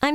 I'm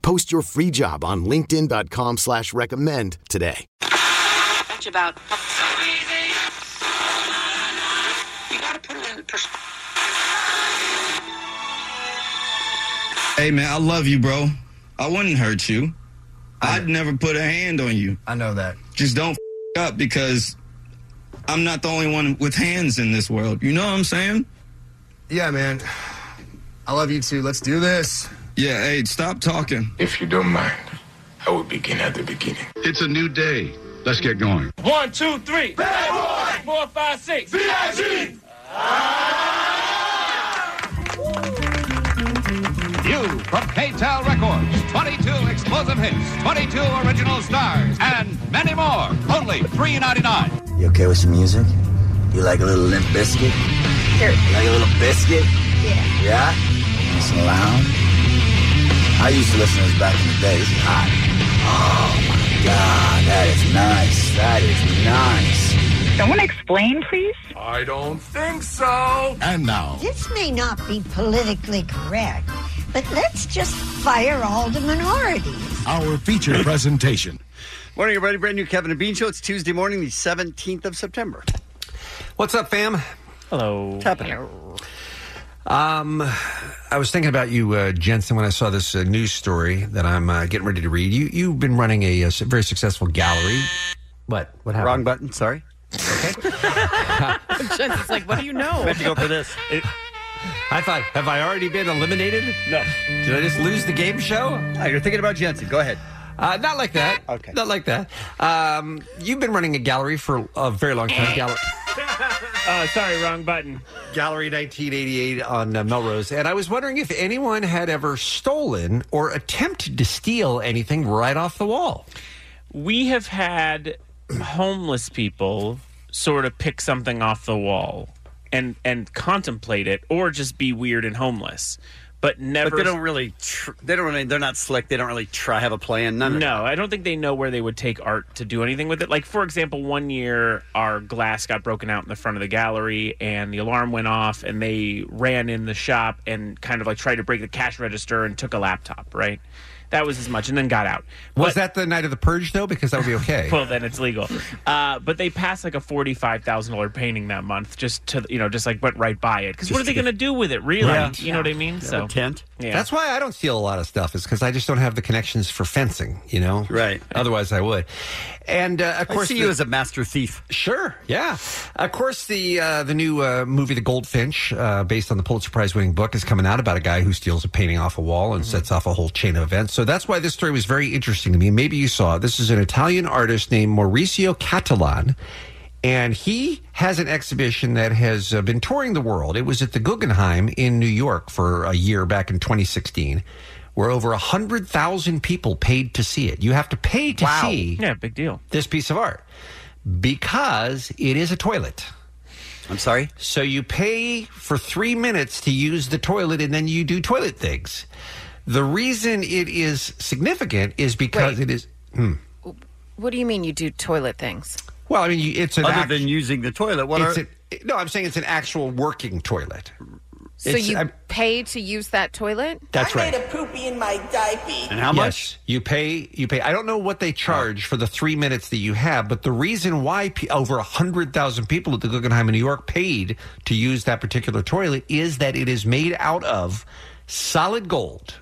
Post your free job on linkedin.com slash recommend today. much about. You gotta put it in perspective. Hey man, I love you, bro. I wouldn't hurt you. I'd never put a hand on you. I know that. Just don't f- up because I'm not the only one with hands in this world. You know what I'm saying? Yeah, man. I love you too. Let's do this. Yeah, hey, stop talking. If you don't mind, I will begin at the beginning. It's a new day. Let's get going. One, two, three. Bad boy. Four, five, six. B.I.G. Ah. New from KTEL Records, 22 explosive hits, 22 original stars, and many more. Only $3.99. You okay with some music? You like a little limp biscuit? Sure. You like a little biscuit? Yeah. Yeah? Nice and loud. I used to listen to this back in the day. This is hot. Oh my god, that is nice. That is nice. Someone explain, please? I don't think so. And now, This may not be politically correct, but let's just fire all the minorities. our feature presentation. Morning, everybody. Brand new Kevin and Bean Show. It's Tuesday morning, the 17th of September. What's up, fam? Hello. What's happening? Um, I was thinking about you, uh, Jensen, when I saw this uh, news story that I'm uh, getting ready to read. You you've been running a, uh, s- very successful gallery. What? What happened? Wrong button, sorry. Jensen's like, what do you know? We have to go for this. I thought, have I already been eliminated? No. Did I just lose the game show? Ah, you're thinking about Jensen. Go ahead. Uh, not like that. Okay. Not like that. Um, you've been running a gallery for a very long time. Eh. Gallery. Uh, sorry, wrong button. Gallery 1988 on uh, Melrose. And I was wondering if anyone had ever stolen or attempted to steal anything right off the wall. We have had homeless people sort of pick something off the wall and and contemplate it, or just be weird and homeless, but never. But they don't really, tr- they don't really, they're not slick. They don't really try, have a plan. None of that. No, I don't think they know where they would take art to do anything with it. Like, for example, one year our glass got broken out in the front of the gallery and the alarm went off, and they ran in the shop and kind of like tried to break the cash register and took a laptop, right? That was as much, and then got out. Was But- that the night of the purge, though? Because that would be okay. Well, then it's legal. Uh, but they passed like a forty-five thousand dollar painting that month, just to you know, just like went right by it. Because what are they going to do with it, really? Right. You know what I mean? Have So a tent. yeah. That's why I don't steal a lot of stuff, is because I just don't have the connections for fencing, you know? Right. Otherwise, I would. And uh, of I course, see the- you as a master thief. Sure. Yeah. Of course, the uh, the new uh, movie, The Goldfinch, uh, based on the Pulitzer Prize winning book, is coming out about a guy who steals a painting off a wall Mm-hmm. and sets off a whole chain of events. So that's why this story was very interesting to me. Maybe you saw it. This is an Italian artist named Maurizio Catalan. And he has an exhibition that has uh, been touring the world. It was at the Guggenheim in New York for a year back in 2016, where over 100,000 people paid to see it. You have to pay to see yeah, big deal. this piece of art because it is a toilet. I'm sorry. So you pay for three minutes to use the toilet and then you do toilet things. The reason it is significant is because it is. Hmm. What do you mean you do toilet things? Well, I mean, you- it's an Other act- than using the toilet, what it's are? an- no, I'm saying it's an actual working toilet. So It's- you I'm- pay to use that toilet? That's right. poopy in my diaper. and how much? Yes, you pay. You pay. I don't know what they charge for the three minutes that you have, but the reason why pe- over hundred thousand people at the Guggenheim in New York paid to use that particular toilet is that it is made out of solid gold.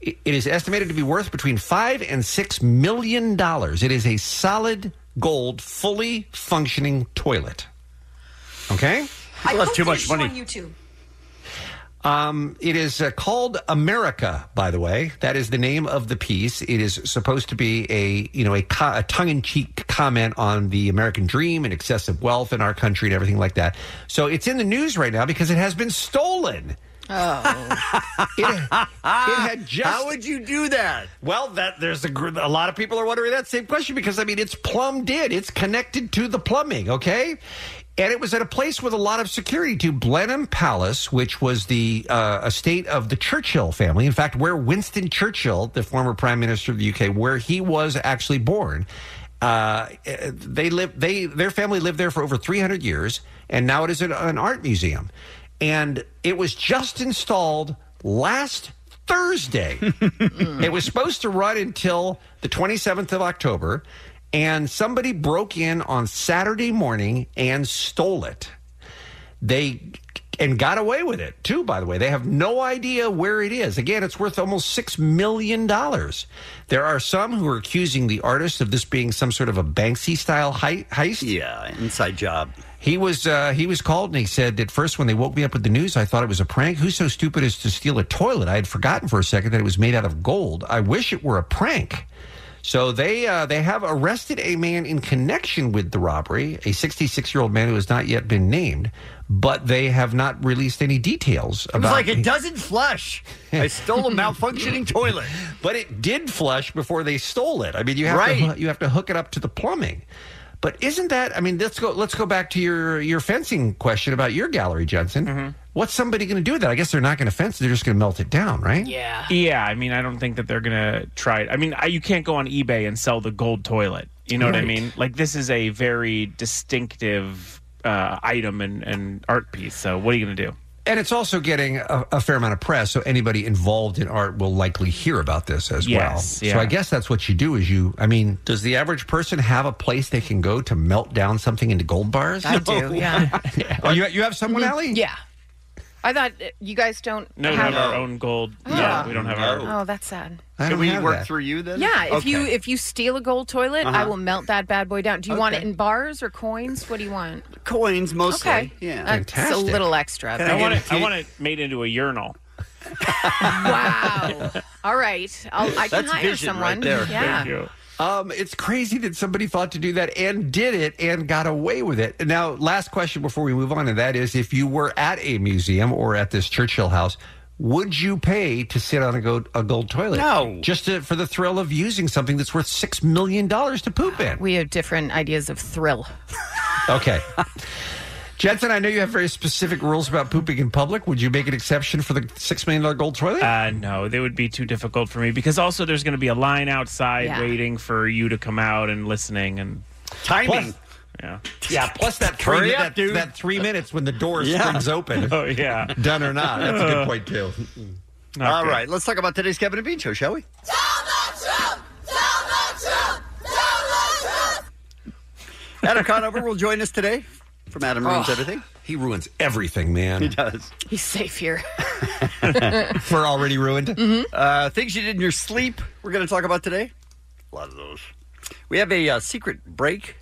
It it is estimated to be worth between five and six million dollars. It is a solid gold, fully functioning toilet. Okay. People have too much money. Um, it is uh, called America, by the way. That is the name of the piece. It is supposed to be a you know a, co- a tongue-in-cheek comment on the American dream and excessive wealth in our country and everything like that. So it's in the news right now because it has been stolen. Oh. it had just. How would you do that? Well, that there's a gr- a lot of people are wondering that same question because I mean it's plumbed in, it's connected to the plumbing, okay? And it was at a place with a lot of security to Blenheim Palace, which was the uh, estate of the Churchill family. In fact, where Winston Churchill, the former prime minister of the UK, where he was actually born. Uh, they lived. They their family lived there for over 300 years, and now it is an, an art museum. And it was just installed last Thursday. it was supposed to run until the 27th of October, and somebody broke in on Saturday morning and stole it. They and got away with it too by the way they have no idea where it is again it's worth almost six million dollars there are some who are accusing the artist of this being some sort of a banksy style hei- heist yeah inside job he was uh, he was called and he said at first when they woke me up with the news I thought it was a prank. Who's so stupid as to steal a toilet? I had forgotten for a second that it was made out of gold. I wish it were a prank. So they uh, they have arrested a man in connection with the robbery, a 66 year old man who has not yet been named, but they have not released any details It was about. like it doesn't flush. I stole a malfunctioning toilet. But it did flush before they stole it. I mean, you have to Right. hoo- you have to hook it up to the plumbing. But isn't that? I mean, let's go let's go back to your your fencing question about your gallery, Jensen. What's somebody going to do with that? I guess they're not going to fence. it. They're just going to melt it down, right? Yeah. Yeah. I mean, I don't think that they're gonna try it. I mean, I, you can't go on eBay and sell the gold toilet. You know what I Right. mean? Like this is a very distinctive uh, item and, and art piece. So what are you gonna do? And it's also getting a, a fair amount of press, so anybody involved in art will likely hear about this as Yes, well. yeah. So I guess that's what you do is you I mean, does the average person have a place they can go to melt down something into gold bars? I do, yeah. Mm-hmm. oh, you you have someone, Allie? Yeah. I thought uh, you guys don't. No, we have, have our own gold. Ah. No, we don't have our. Oh, that's sad. I Can don't we have work that. through you then? Yeah, if Okay. you if you steal a gold toilet, I Uh-huh. will melt that bad boy down. Do you want it Okay. in bars or coins? What do you want? coins mostly. Okay. Yeah. That's a little extra. I but- want it. I want it made into a urinal. All right, I'll, I can That's hire vision someone. right there. Yeah. Thank you. Um, it's crazy that somebody thought to do that and did it and got away with it. Now, last question before we move on, and that is if you were at a museum or at this Churchill house, would you pay to sit on a gold, a gold toilet? No. Just to, for the thrill of using something that's worth $6 million to poop in. We have different ideas of thrill. Okay. Jensen, I know you have very specific rules about pooping in public. Would you make an exception for the six million dollar gold toilet? Uh, no, they would be too difficult for me because also there's going to be a line outside Yeah. waiting for you to come out and listening and Timing. yeah, yeah. Plus that three, Hurry minute- up, that, dude. that three minutes when the door Yeah. springs open. Oh yeah, done or not? That's a good point too. All right, let's talk about today's Kevin and Bean show, shall we? Adam Conover will join us today from Adam Ruins Oh. Everything. He ruins everything, man. He does. He's safe here. Mm-hmm. We're already ruined. Uh, things you did in your sleep, we're going to talk about today. A lot of those. We have a uh, secret break.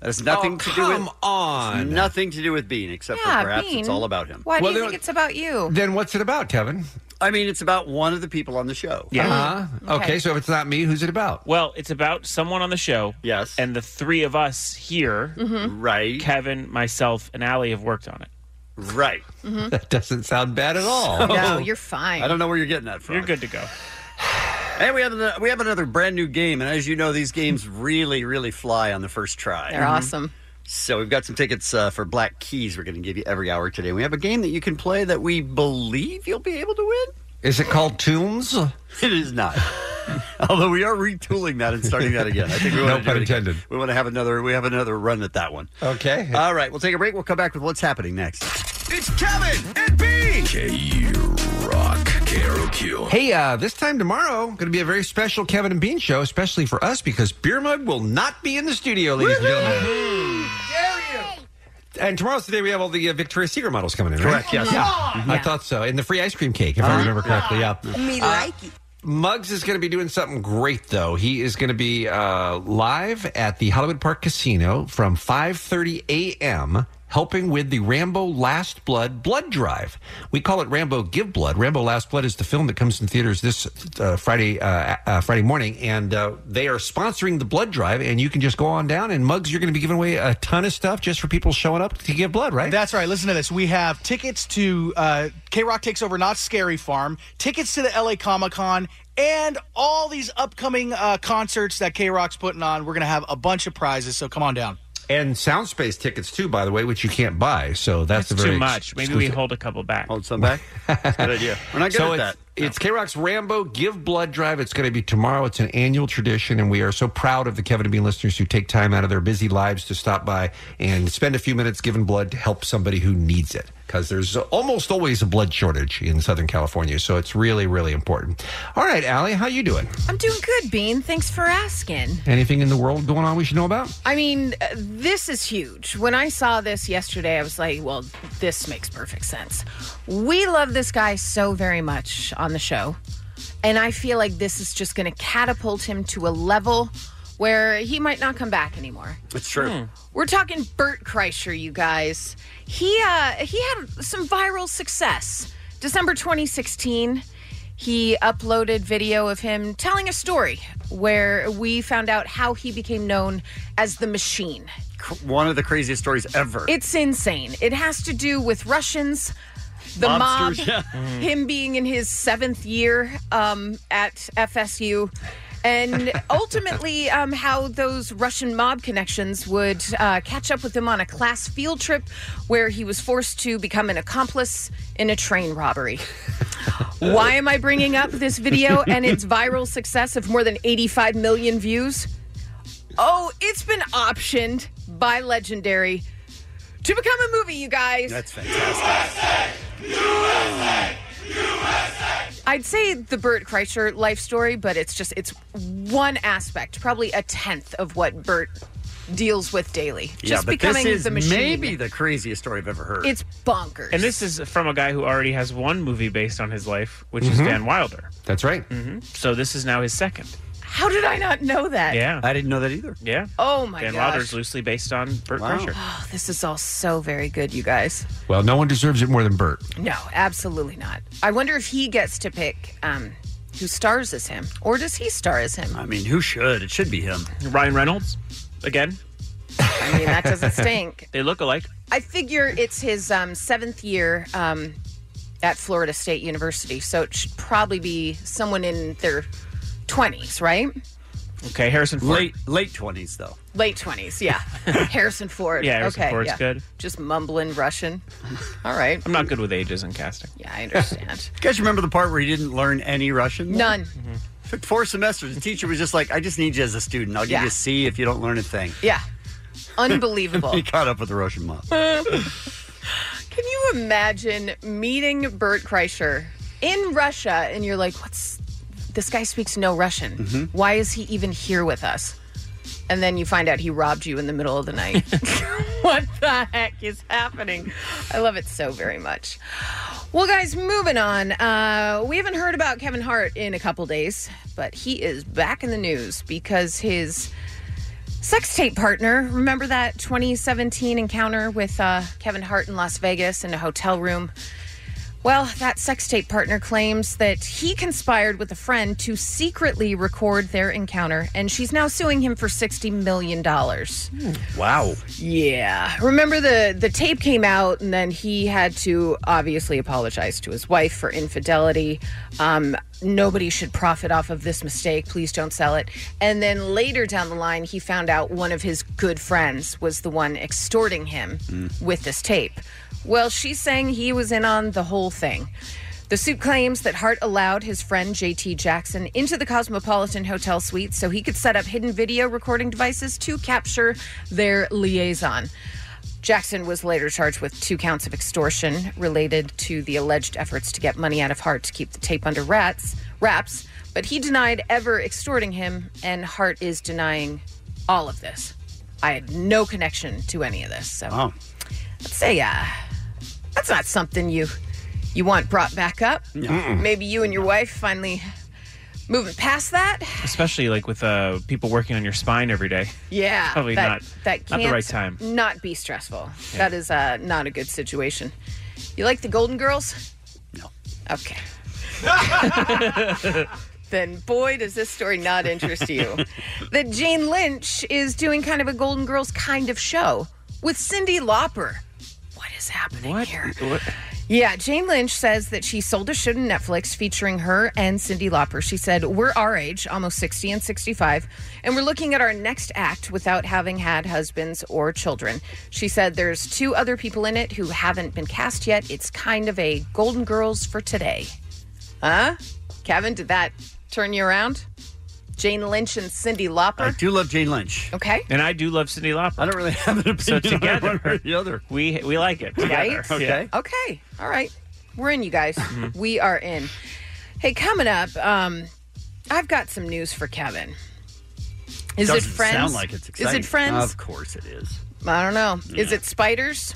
That has nothing to do with. come on. It's Nothing to do with Bean, except Yeah, for perhaps Bean. it's all about him. Why do you think it's about you? Then what's it about, Kevin? I mean, it's about one of the people on the show. Uh-huh. Okay. Okay. so if it's not me, who's it about? Well, it's about someone on the show. Yes. Mm-hmm. And the three of us here, Mhm. right? Kevin, myself, and Allie have worked on it. Right. Mhm. That doesn't sound bad at all. no, you're fine. I don't know where you're getting that from. You're good to go. And we have another, we have another brand new game, and as you know, these games really, really fly on the first try. Mm-hmm. They're awesome. So we've got some tickets uh, for Black Keys. We're going to give you every hour today. We have a game that you can play that we believe you'll be able to win. Is it called Tombs? It is not. Although we are retooling that and starting that again. I think we No want to pun intended. We want to have another. We have another run at that one. Okay. All right. We'll take a break. We'll come back with what's happening next. It's Kevin and Bean. E K Rock KROQ. Hey, uh, this time tomorrow, going to be a very special Kevin and Bean show, especially for us because Beer Mug will not be in the studio, ladies and gentlemen. E. And tomorrow's the day we have all the uh, Victoria's Secret models coming in, right? Correct, yes. Yeah. Yeah. I thought so. And the free ice cream cake, if I remember correctly. Yeah. Me Uh, like it. Muggs is going to be doing something great, though. He is going to be uh, live at the Hollywood Park Casino from 5.30 a.m., helping with the Rambo Last Blood blood drive. We call it Rambo Give Blood. Rambo Last Blood is the film that comes in theaters this uh, Friday uh, uh, Friday morning, and uh, they are sponsoring the blood drive. And you can just go on down and mugs. You're going to be giving away a ton of stuff just for people showing up to give blood, right? That's right. Listen to this. We have tickets to uh, K Rock Takes Over Not Scary Farm, tickets to the LA Comic Con, and all these upcoming uh, concerts that K Rock's putting on. We're going to have a bunch of prizes, so come on down. And Soundspace tickets too, by the way, which you can't buy. So that's, a That's very too ex- much. Maybe we exclusive- hold a couple back. Hold some back. That's a good idea. We're not good so it's, at that. It's K Rock's Rambo Give Blood Drive. It's going to be tomorrow. It's an annual tradition, and we are so proud of the Kevin and Bean listeners who take time out of their busy lives to stop by and spend a few minutes giving blood to help somebody who needs it. Because there's almost always a blood shortage in Southern California, so it's really, really important. All right, Allie, how you doing? I'm doing good, Bean. Thanks for asking. Anything in the world going on we should know about? I mean, uh, this is huge. When I saw this yesterday, I was like, well, this makes perfect sense. We love this guy so very much on the show. And I feel like this is just going to catapult him to a level where he might not come back anymore. It's true. We're talking Bert Kreischer, you guys. He uh, he had some viral success. December 2016, he uploaded video of him telling a story where we found out how he became known as the Machine. C- One of the craziest stories ever. It's insane. It has to do with Russians, the mob, Mobsters, yeah. Mhm. him being in his seventh year um, at FSU, and ultimately um, how those Russian mob connections would uh, catch up with him on a class field trip where he was forced to become an accomplice in a train robbery. Why am I bringing up this video and its viral success of more than 85 million views? Oh, it's been optioned by Legendary to become a movie, you guys. That's fantastic. I'd say the Bert Kreischer life story, but it's just it's one aspect, probably a tenth of what Bert deals with daily. Just yeah, but becoming this is the machine. maybe the craziest story I've ever heard. it's bonkers. And this is from a guy who already has one movie based on his life, which is Mhm. Van Wilder. Mm-hmm. That's right. hmm So this is now his second. How did I not know that? Yeah. I didn't know that either. Yeah. Oh my Van gosh. Wilder's loosely based on Burt Wow. Kreischer. Oh, this is all so very good, you guys. Well, no one deserves it more than Bert. No, absolutely not. I wonder if he gets to pick um, who stars as him, or does he star as him? I mean, who should? It should be him. Ryan Reynolds, again. I mean, that doesn't stink. They look alike. I figure it's his um, seventh year um, at Florida State University, so it should probably be someone in their 20s, right? Okay, Harrison Ford. Late late twenties though. Late 20s, yeah. Harrison Ford. Yeah, Harrison okay, Ford's yeah. good. Just mumbling Russian. All right. I'm not good with ages and casting. Yeah, I understand. You guys remember the part where he didn't learn any Russian? None. Took four semesters. The teacher was just like, "I just need you as a student. I'll give Yeah. you a C if you don't learn a thing." Yeah. Unbelievable. he caught up with the Russian mob. Can you imagine meeting Bert Kreischer in Russia and you're like, what's this guy speaks no Russian? Mhm. Why is he even here with us? And then you find out he robbed you in the middle of the night. what the heck is happening? I love it so very much. Well, guys, moving on. Uh, we haven't heard about Kevin Hart in a couple days, but he is back in the news because his sex tape partner. Remember that 2017 encounter with uh, Kevin Hart in Las Vegas in a hotel room? Well, that sex tape partner claims that he conspired with a friend to secretly record their encounter, and she's now suing him for $60 million. Wow. Yeah. Remember the the tape came out and then he had to obviously apologize to his wife for infidelity. Um nobody should profit off of this mistake. Please don't sell it. And then later down the line he found out one of his good friends was the one extorting him Mm-hmm. with this tape. Well, she's saying he was in on the whole thing. The suit claims that Hart allowed his friend JT Jackson into the Cosmopolitan Hotel suite so he could set up hidden video recording devices to capture their liaison. Jackson was later charged with two counts of extortion related to the alleged efforts to get money out of Hart to keep the tape under rats, wraps, but he denied ever extorting him, and Hart is denying all of this. I had no connection to any of this. So Wow. let's say uh, that's not something you you want brought back up. No. Mm-mm. Maybe you and your wife finally Moving past that, especially like with uh, people working on your spine every day. yeah, Probably that, not- That not can't the right time. Not be stressful. Yeah. That is uh, not a good situation. You like the Golden Girls? No. Okay. then boy, does this story not interest you. that Jane Lynch is doing kind of a Golden Girls kind of show with Cindy Lauper. What is happening here? Yeah, Jane Lynch says that she sold a show to Netflix featuring her and Cindy Lauper. She said, We're our age, almost 60 and 65, and we're looking at our next act without having had husbands or children. She said, There's two other people in it who haven't been cast yet. It's kind of a Golden Girls for today. Huh? Kevin, did that turn you around? Jane Lynch and Cindy I Lauper? do love Jane Lynch. Okay. And I do love Cindy Lauper. I don't really have an opinion so on together, one or the other. We we like it together. Right? Okay. Mm-hmm. All right. We're in, you guys. we are in. Hey, coming up, um, I've got some news for Kevin. Is it Doesn't friends? Sound like it's exciting. Is it friends? Of course it is. I don't know. Is it spiders?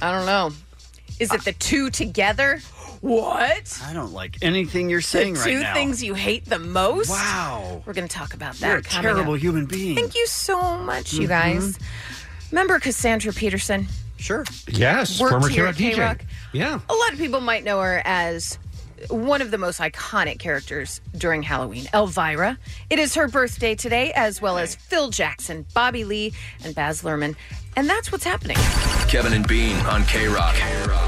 I don't know. Is it the two together? Uh, What? I don't like anything you're saying the right two now. things you hate the most? Wow. We're going to talk about that. You're a coming up. terrible human being. Mm-hmm. Thank you so much, you guys. Remember Cassandra Peterson? Sure. Yes, Worked former here K-Rock at DJ. K-Rock. Yeah. A lot of people might know her as one of the most iconic characters during Halloween, Elvira. It is her birthday today, as well as Phil Jackson, Bobby Lee, and Baz Luhrmann. And that's what's happening. Kevin and Bean on K Rock.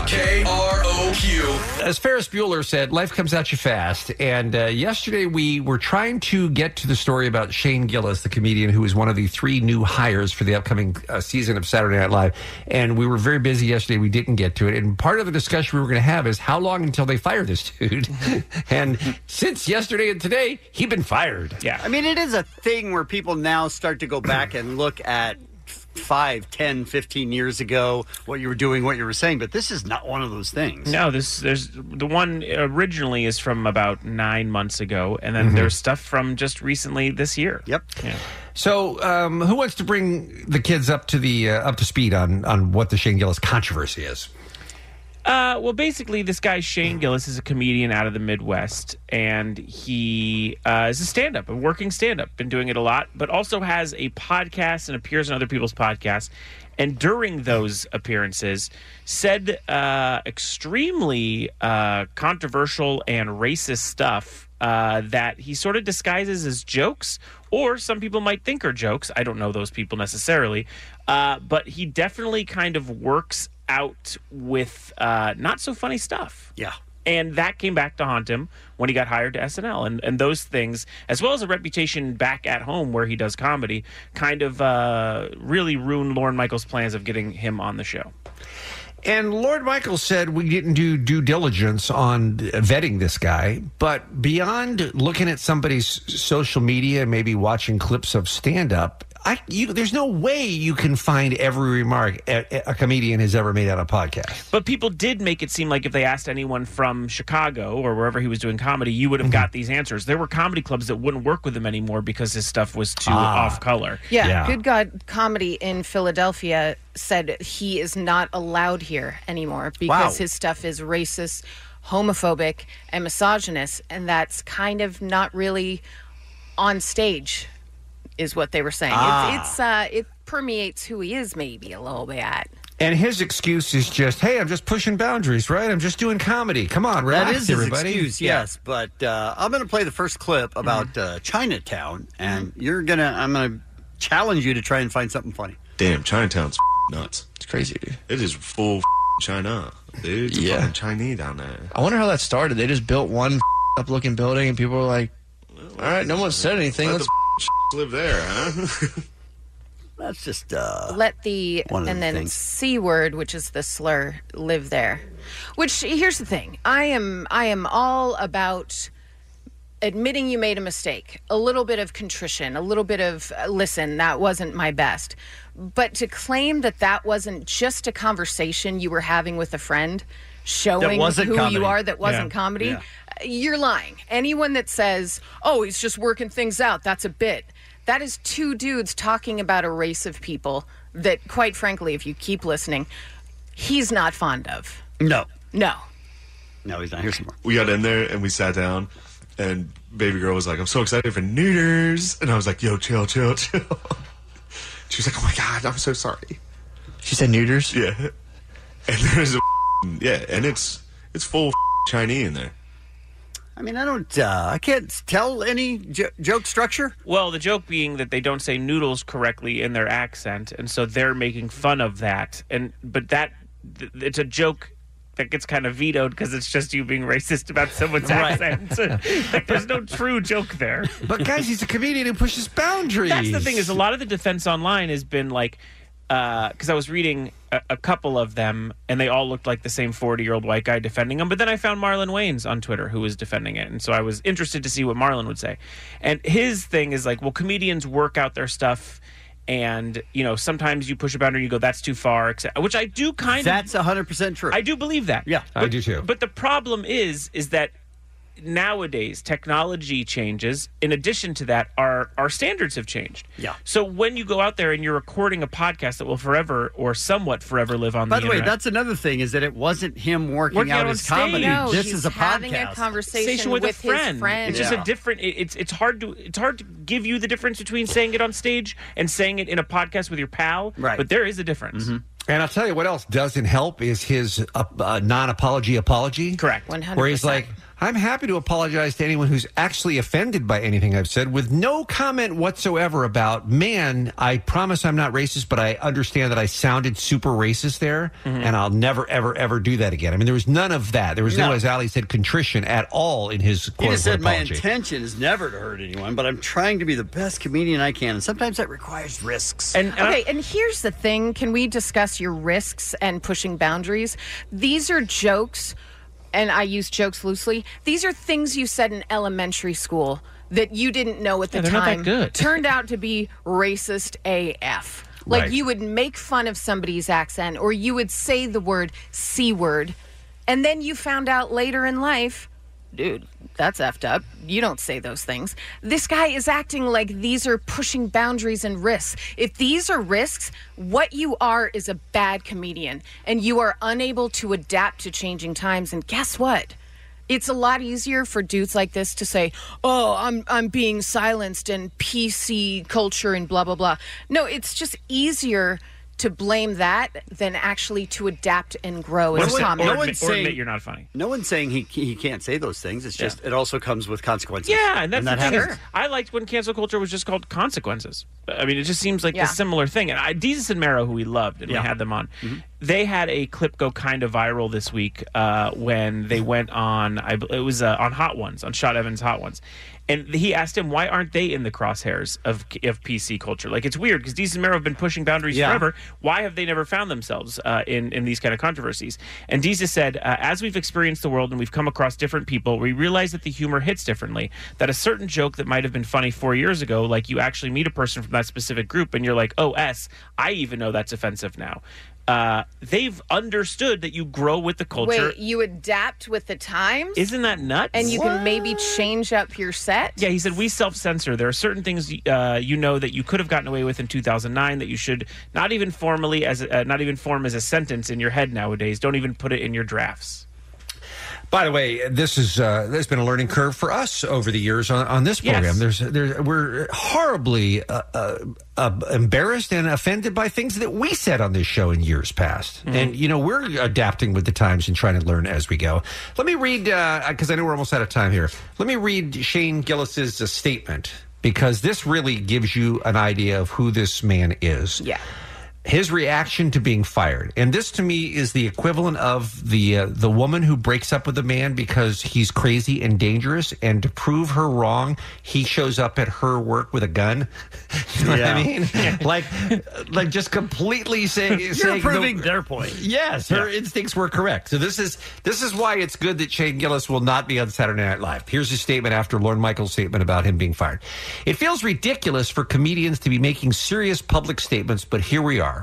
K R O Q. As Ferris Bueller said, life comes at you fast. And uh, yesterday we were trying to get to the story about Shane Gillis, the comedian who is one of the three new hires for the upcoming uh, season of Saturday Night Live. And we were very busy yesterday. We didn't get to it. And part of the discussion we were going to have is how long until they fire this dude? and since yesterday and today, he'd been fired. Yeah. I mean, it is a thing where people now start to go back and look at five, ten, fifteen years ago, what you were doing, what you were saying, but this is not one of those things. No, this there's the one originally is from about nine months ago, and then Mhm. there's stuff from just recently this year. Mm-hmm. Yep. Yeah. So, um, who wants to bring the kids up to the uh, up to speed on on what the Shane Gillis controversy is? Uh, well, basically, this guy Shane Gillis is a comedian out of the Midwest, and he uh, is a stand-up, a working stand-up, been doing it a lot, but also has a podcast and appears on other people's podcasts. And during those appearances, said uh, extremely uh, controversial and racist stuff uh, that he sort of disguises as jokes, or some people might think are jokes. I don't know those people necessarily, uh, but he definitely kind of works out with uh, not so funny stuff. Yeah. And that came back to haunt him when he got hired to SNL, and and those things, as well as a reputation back at home where he does comedy, kind of uh, really ruined Lauren Michaels' plans of getting him on the show. And Lord Michael said we didn't do due diligence on vetting this guy, but beyond looking at somebody's social media, maybe watching clips of stand up, I you, there's no way you can find every remark a, a comedian has ever made on a podcast. But people did make it seem like if they asked anyone from Chicago or wherever he was doing comedy, you would have got these answers. There were comedy clubs that wouldn't work with him anymore because his stuff was too Ah. off color. Yeah, Good God Comedy in Philadelphia said he is not allowed here anymore because Wow. his stuff is racist, homophobic, and misogynist. And that's kind of not really on stage, is what they were saying. Ah. It's, it's uh, It permeates who he is, maybe a little bit. And his excuse is just, "Hey, I'm just pushing boundaries, right? I'm just doing comedy. Come on, relax, that is his everybody." excuse, yes. But uh, I'm going to play the first Mm-hmm. clip about uh, Chinatown, and you're going to, I'm going to challenge you to try and find something funny. Damn, Chinatown's nuts. It's crazy, dude. It is full China, dude. It's yeah. fucking Chinese down there. I wonder how that started. They just built one up looking building, and people were like, "All right, no one said anything. Let Let's the live there, huh?" That's just uh, Let the One of and the then things. c word, which is the slur, live there. Which here's the thing: I am I am all about admitting you made a mistake, a little bit of contrition, a little bit of uh, listen, that wasn't my best. But to claim that that wasn't just a conversation you were having with a friend, showing wasn't who comedy. you are that wasn't Yeah. comedy, Yeah. uh, you're lying. Anyone that says, "Oh, he's just working things out," that's a bit. That is two dudes talking about a race of people that, quite frankly, if you keep listening, he's not fond of. No. No. No, he's not. Here's some more. We got in there and we sat down, and baby girl was like, "I'm so excited for neuters," and I was like, "Yo, chill, chill, chill." She was like, "Oh my god, I'm so sorry." She said neuters. Yeah, and there's a yeah, and it's it's full Chinese in there. I mean, I don't. Uh, I can't tell any jo- joke structure. Well, the joke being that they don't say noodles correctly in their accent, and so they're making fun of that. And but that th- it's a joke that gets kind of vetoed because it's just you being racist about someone's Right. accent. like there's no true joke there. But guys, he's a comedian who pushes boundaries. That's the thing is a lot of the defense online has been like because I was reading a, a couple of them and they all looked like the same 40 year old white guy defending them. But then I found Marlon Wayans on Twitter who was defending it, and so I was interested to see what Marlon would say. And his thing is like, well, comedians work out their stuff. And you know, sometimes you push a boundary, and you go, "That's too far," etc- which I do kind of. That's hundred percent true. I do believe that. Yeah, I do too. But the problem is, is that nowadays technology changes. In addition to that, our our standards have changed. Yeah. So when you go out there and you're recording a podcast that will forever or somewhat forever live on By the the way, internet- that's another thing is that it wasn't him working, Working out out on his comedy. stage. No, this he's is a having podcast. a conversation with, his friend. It's just a different. It, it's it's hard to it's hard to give you the difference between saying it on stage and saying it in a podcast with your pal. Right. But there is a difference. Mm-hmm. And I'll tell you what else doesn't help is his uh, uh, non-apology apology. Correct. 100%. Where he's like, I'm happy to apologize to anyone who's actually offended by anything I've said with no comment whatsoever about, man, I promise I'm not racist, but I understand that I sounded super racist there Mm-hmm. and I'll never, ever, ever do that again. I mean, there was none of that. There was no, No. as Ali said, contrition at all in his He quote just said, unquote My apology. intention is never to hurt anyone, but I'm trying to be the best comedian I can. And sometimes that requires risks. And, Okay, and here's the thing can we discuss your risks and pushing boundaries? These are jokes, and I use jokes loosely. These are things you said in elementary school that you didn't know at the Yeah, they're not time that good. turned out to be racist AF. Like Right. you would make fun of somebody's accent or you would say the word C word, and then you found out later in life dude, that's effed up. You don't say those things. This guy is acting like these are pushing boundaries and risks. If these are risks, what you are is a bad comedian and you are unable to adapt to changing times. And guess what? It's a lot easier for dudes like this to say, "Oh, I'm I'm being silenced and PC culture and blah blah blah." No, it's just easier to blame that than actually to adapt and grow as a comedy. or, admit, or admit you're not funny. No one's saying he he can't say those things. It's just it also comes with consequences. Yeah, and that's that the thing. is, happens. I liked when cancel culture was just called consequences. I mean, it just seems like Yeah. a similar thing. And I, Jesus and Mero, who we loved and Yeah. Mm-hmm. we had them on, they had a clip go kind of viral this week uh, when they went on. I, bel- it was uh, on Hot Ones on Shot Evans Hot Ones. And he asked him, "Why aren't they in the crosshairs of of PC culture? Like it's weird because Deez and Mero have been pushing boundaries Yeah. forever. Why have they never found themselves uh, in in these kind of controversies?" And Deez said, uh, "As we've experienced the world and we've come across different people, we realize that the humor hits differently. That a certain joke that might have been funny four years ago, like you actually meet a person from that specific group and you're like, oh, s, I even know that's offensive now." Uh, they've understood that you grow with the culture. Wait, you adapt with the times? Isn't that nuts? and you can maybe change up your set. Yeah, he said we self-censor. There are certain things uh, you know that you could have gotten away with in 2009 that you should not even formally as uh, not even form as a sentence in your head nowadays. Don't even put it in your drafts. By the way, this is uh, there's been a learning curve for us over the years on, on this Yes. program. There's there we're horribly uh, uh, uh, embarrassed and offended by things that we said on this show in years past, Mm-hmm. and you know we're adapting with the times and trying to learn as we go. Let me read because I know we're almost out of time here. Let me read Shane Gillis's uh, statement because this really gives you an idea of who this man is. Yeah his reaction to being fired and this to me is the equivalent of the uh, the woman who breaks up with a man because he's crazy and dangerous and to prove her wrong he shows up at her work with a gun you know what Yeah. i mean like like just completely saying You're saying the- proving their point. yes her instincts were correct so this is this is why it's good that shane gillis will not be on saturday night live here's his statement after lorne michaels statement about him being fired it feels ridiculous for comedians to be making serious public statements but here we are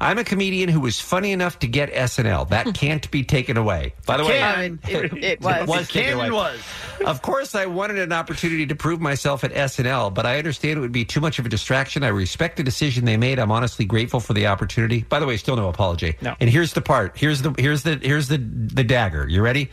i'm a comedian who was funny enough to get snl that can't be taken away by the way Can. It- it was. It taken can away. was. Of course, I wanted an opportunity to prove myself at SNL, but I understand it would be too much of a distraction. I respect the decision they made. I'm honestly grateful for the opportunity. By the way, still no apology. No. And here's the part. Here's the here's the here's the the dagger. You ready?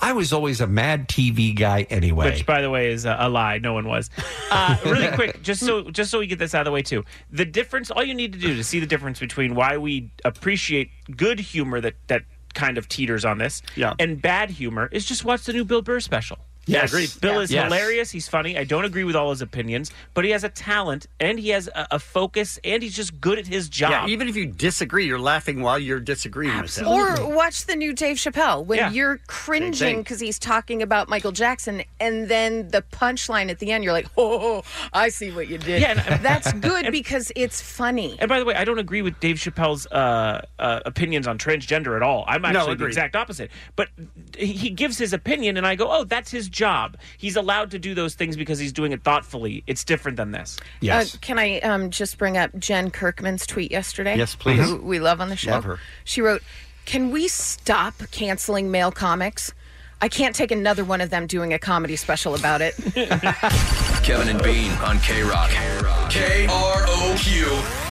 I was always a mad TV guy anyway. Which, by the way, is a, a lie. No one was. Uh, really quick, just so just so we get this out of the way too. The difference. All you need to do to see the difference between why we appreciate good humor that that kind of teeters on this, yeah. and bad humor is just watch the new Bill Burr special. Yes. I agree. Bill Yeah. is Yes. hilarious. He's funny. I don't agree with all his opinions, but he has a talent and he has a, a focus and he's just good at his job. Yeah, even if you disagree, you're laughing while you're disagreeing with Or them. watch the new Dave Chappelle when you're cringing thing. because he's talking about Michael Jackson, and then the punchline at the end, you're like, "Oh, I see what you did." Yeah, and- that's good because it's funny. And by the way, I don't agree with Dave Chappelle's uh, uh, opinions on transgender at all. I'm No, actually the agreed. exact opposite. But he he gives his opinion, and I go, "Oh, that's his job. He's allowed to do those things because he's doing it thoughtfully. It's different than this." Uh, can I um, just bring up Jen Kirkman's tweet yesterday? Yes, please. Who we love on the show. Love her. She wrote, "Can we stop canceling male comics? I can't take another one of them doing a comedy special about it." Kevin and Bean on K Rock. K R O Q.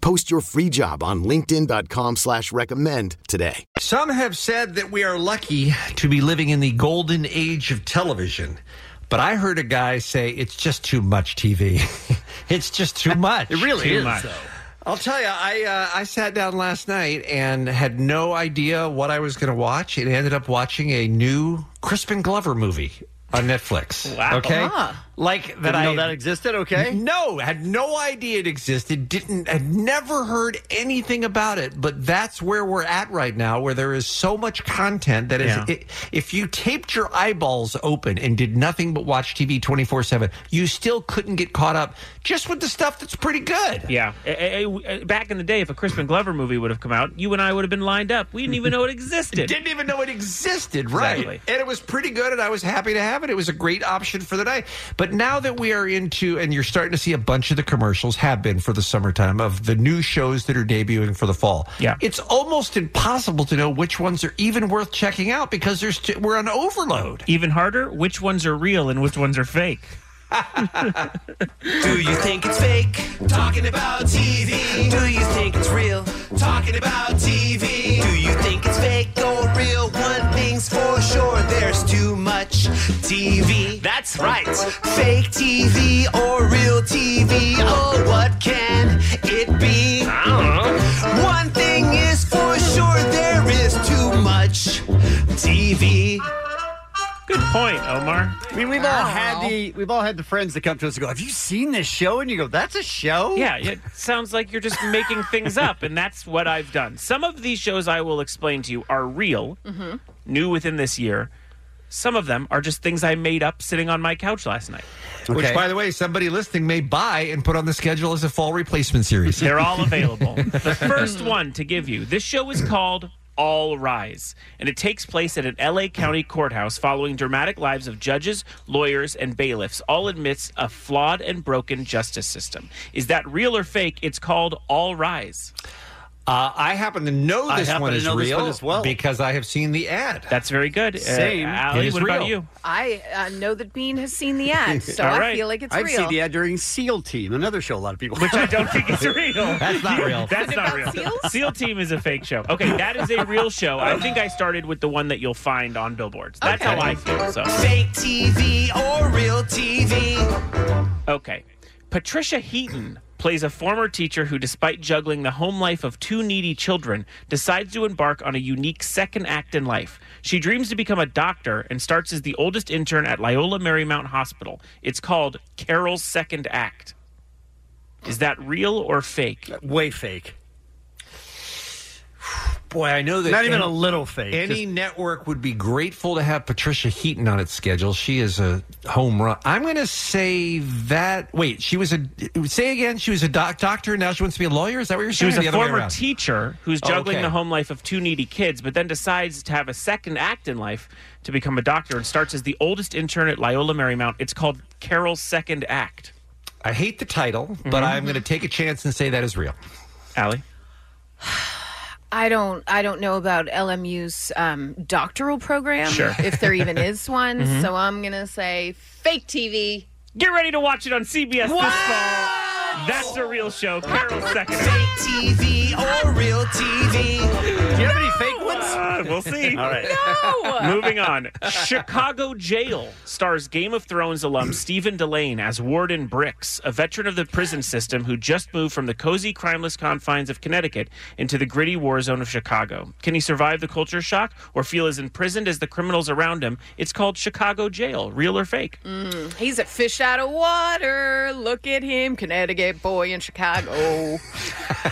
Post your free job on linkedin.com/recommend slash recommend today. Some have said that we are lucky to be living in the golden age of television, but I heard a guy say it's just too much TV. it's just too much. It really Too is, though. I'll tell you, I uh, I sat down last night and had no idea what I was going to watch, and ended up watching a new Crispin Glover movie on Netflix. Wow. Okay, Huh. like Uh-huh. that. Didn't I know that existed, okay. No, had no idea it existed. Didn't had never heard anything about it. But that's where we're at right now, where there is so much content that is. Yeah. i- if you taped your eyeballs open and did nothing but watch TV twenty four seven, you still couldn't get caught up just with the stuff that's pretty good. Yeah. A- a- a- back in the day, if a Crispin Glover movie would have come out, you and I would have been lined up. We didn't even know it existed. Didn't even know it existed, right? Exactly. And it was pretty good, and I was happy to have it. It was a great option for the night. But now that we are into, and you're starting to see a bunch of the commercials have been for the summertime of the new shows that are debuting for the fall. Yeah, it's almost impossible to know which ones are even worth checking out because there's t- we're on overload. Even harder, which ones are real and which ones are fake? Do you think it's fake? Talking about TV. Do you think it's real? Talking about TV. Do you think it's fake or real? One thing's for sure, there's too much TV. That's right. Fake TV or real TV? Oh, what can it be? I don't know. One thing is for sure, there is too much TV. Good point, Omar. I mean, we've all had the we've all had the friends that come to us and go, "Have you seen this show?" And you go, "That's a show." Yeah, it sounds like you're just making things up, and that's what I've done. Some of these shows I will explain to you are real, Mm-hmm. new within this year. Some of them are just things I made up sitting on my couch last night. Which, by the way, somebody listening may buy and put on the schedule as a fall replacement series. They're all available. the first one to give you this show is called All Rise, and it takes place at an LA County courthouse following dramatic lives of judges, lawyers, and bailiffs, all amidst a flawed and broken justice system. Is that real or fake? It's called All Rise. Uh, I happen to know I this happen one to is know real this one as well. because I have seen the ad. That's very good. Uh, Same. Ally, It is what about real. you? I uh, know that Bean has seen the ad, so I feel like it's I've real. seen the ad during SEAL Team, another show a lot of people, which I don't think is real. That's not real. That's Is it not about real. Seal Team is a fake show. Okay, that is a real show. I think I started with the one that you'll find on billboards. That's how I feel. So Fake TV or real TV? Okay. Patricia Heaton plays a former teacher who, despite juggling the home life of two needy children, decides to embark on a unique second act in life. She dreams to become a doctor and starts as the oldest intern at Loyola Marymount Hospital. It's called Carol's Second Act. Is that real or fake? Way fake. Boy, I know that Not even any- a little fake, Any just- network would be grateful to have Patricia Heaton on its schedule. She is a home run. I'm going to say that. Wait, she was a say again. She was a doc- doctor. Now she wants to be a lawyer. Is that what you're She saying? was or a the other way former around? teacher who's Oh, juggling okay. the home life of two needy kids, but then decides to have a second act in life to become a doctor and starts as the oldest intern at Loyola Marymount. It's called Carol's Second Act. I hate the title, but I'm going to take a chance and say that is real. Mm-hmm. Allie? I don't. I don't know about LMU's um, doctoral program, Sure. if there even is one. Mhm. So I'm gonna say fake TV. Get ready to watch it on CBS this fall. That's a real show. Carol's Second Act. TV or real TV? Do you have any fake ones? Uh, we'll see. All right. No! Moving on. Chicago Jail stars Game of Thrones alum Stephen Delane as Warden Bricks, a veteran of the prison system who just moved from the cozy, crimeless confines of Connecticut into the gritty war zone of Chicago. Can he survive the culture shock or feel as imprisoned as the criminals around him? It's called Chicago Jail, real or fake. Mm, he's a fish out of water. Look at him, Connecticut boy in Chicago.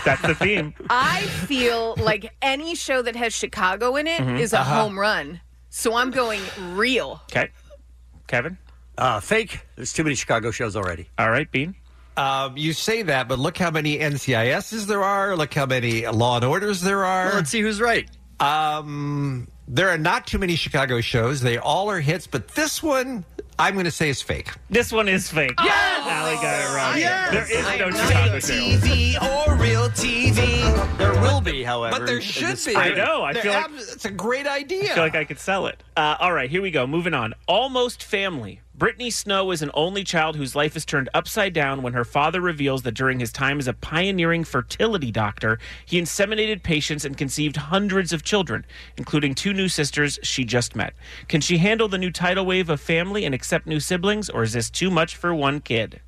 That's the theme. I feel like any show that has Chicago in it is Mhm. a Uh-huh. home run. So I'm going real. Okay. Kevin? Uh, fake. There's too many Chicago shows already. All right, Bean. Um, you say that, but look how many NCISs there are. Look how many Law and Orders there are. let's see who's right. Um, there are not too many Chicago shows. They all are hits, but this one I'm going to say is fake. This one is fake. Yes! Allie got it wrong. Yes! There is I no am not Chicago a Jail. TV or real TV? There will be, however. But there in should this be. spring. I know. I They're feel like ab- Um, it's a great idea. I feel like I could sell it. Uh, all right, here we go. Moving on. Almost family. Brittany Snow is an only child whose life is turned upside down when her father reveals that during his time as a pioneering fertility doctor, he inseminated patients and conceived hundreds of children, including two new sisters she just met. Can she handle the new tidal wave of family and accept new siblings, or is this too much for one kid?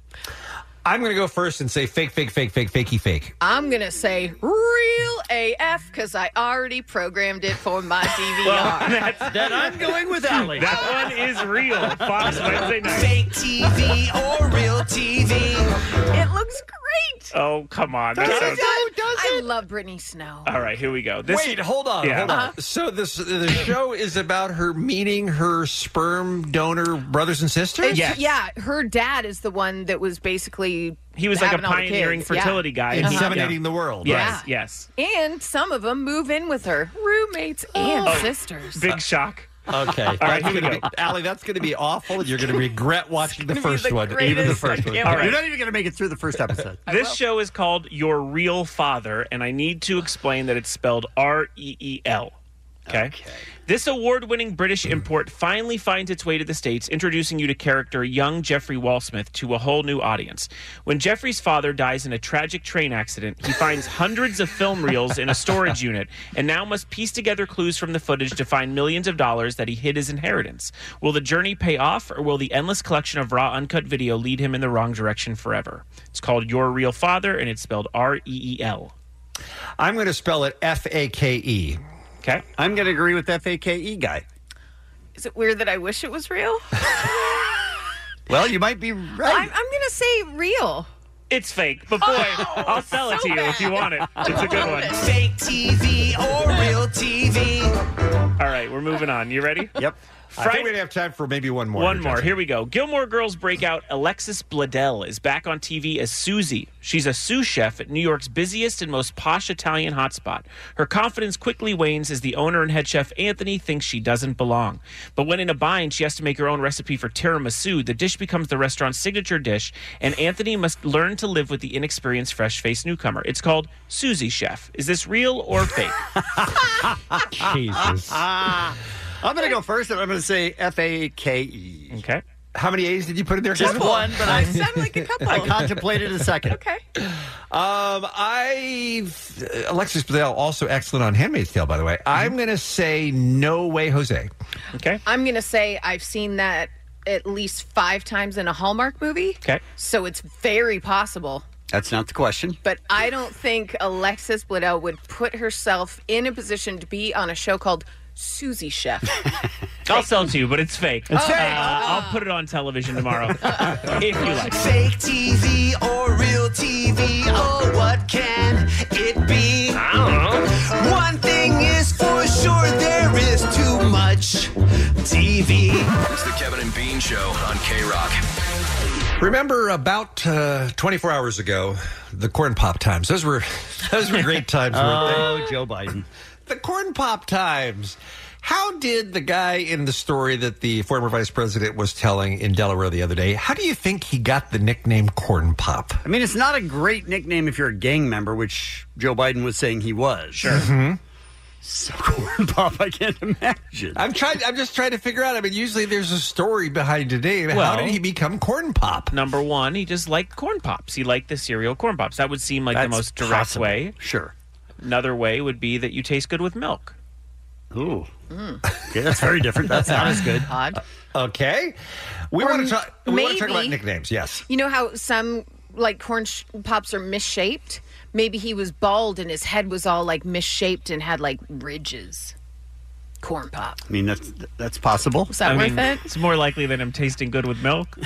I'm going to go first and say fake, fake, fake, fake, fakey, fake. I'm going to say real AF because I already programmed it for my DVR. then I'm going with Allie. That one is real. Fox Wednesday night. Fake TV or real TV? It looks great. Oh, come on. That sounds- I love Brittany Snow. All right, here we go. Wait, hold on, Yeah. hold on. Uh-huh. So this the show is about her meeting her sperm donor brothers and sisters. It's- Yeah, her dad is the one that was basically He was like a having all the pioneering kids. Yeah. fertility guy. Inseminating Uh-huh. the world. Yes, yes. And some of them move in with her, roommates and Oh. sisters. Big shock. Okay. All right, here we go. Allie, that's going to be awful. You're going to regret watching the first one, even the greatest- first one. All right. You're not even going to make it through the first episode. This show is called Your Real Father, and I need to explain that it's spelled R E E L. Okay. This award winning British import finally finds its way to the States, introducing you to character young Jeffrey Walsmith to a whole new audience. When Jeffrey's father dies in a tragic train accident, he finds hundreds of film reels in a storage unit and now must piece together clues from the footage to find millions of dollars that he hid as inheritance. Will the journey pay off, or will the endless collection of raw, uncut video lead him in the wrong direction forever? It's called Your Real Father, and it's spelled R E E L. I'm going to spell it F A K E. Okay. I'm going to agree with F A K E guy. Is it weird that I wish it was real? Well, you might be I'm, I'm going to say real. It's fake, but boy, I'll sell it to you if you want it. It's a good one. Fake TV or real TV? All right, we're moving on. You ready? Yep. I think we have time for maybe one more. One more. Here we go. Gilmore Girls breakout Alexis Bledel is back on TV as Susie. She's a sous chef at New York's busiest and most posh Italian hotspot. Her confidence quickly wanes as the owner and head chef Anthony thinks she doesn't belong. But when in a bind, she has to make her own recipe for tiramisu. The dish becomes the restaurant's signature dish, and Anthony must learn to live with the inexperienced fresh-faced newcomer. It's called Susie Chef. Is this real or fake? Jesus. Ah. I'm going to go first, and I'm going to say F A K E. Okay. How many A's did you put in there? Just Kevin? one, but I sound like a couple. I contemplated a second. Okay. Um, I Alexis Bledel also excellent on Handmaid's Tale, by the way. I'm going to say no way, Jose. Okay. I'm going to say I've seen that at least five times in a Hallmark movie. Okay. So it's very possible. That's not the question. But I don't think Alexis Bledel would put herself in a position to be on a show called Susie Chef. I'll sell it to you, but it's fake. It's fake. Uh, I'll put it on television tomorrow if you like. Fake TV or real TV? Oh, what can it be? I don't know. One thing For sure, there is too much TV. It's the Kevin and Bean Show on K Rock. Remember about uh, 24 hours ago, the corn pop times. Those were those were great times. Oh, Joe Biden. The corn pop times. How did the guy in the story that the former vice president was telling in Delaware the other day? How do you think he got the nickname corn pop? I mean, it's not a great nickname if you're a gang member, which Joe Biden was saying he was. Sure. Mm-hmm. So corn pop, I can't imagine. I'm trying. I'm just trying to figure out. I mean, usually there's a story behind a name. How Well- did he become corn pop? Number one, he just liked corn pops. He liked the cereal corn pops. That would seem like the That's most direct possible. way. Sure. Another way would be that you taste good with milk. Ooh. Yeah, that's very different. That's not as good. Odd. Uh, Okay. We Or want to talk. We want to talk maybe- about nicknames. Yes. You know how some like corn sh- pops are misshaped? Maybe he was bald and his head was all like misshaped and had like ridges. Corn pop. I mean, that's that's possible. Is that I worth mean, it? It's more likely that I'm tasting good with milk.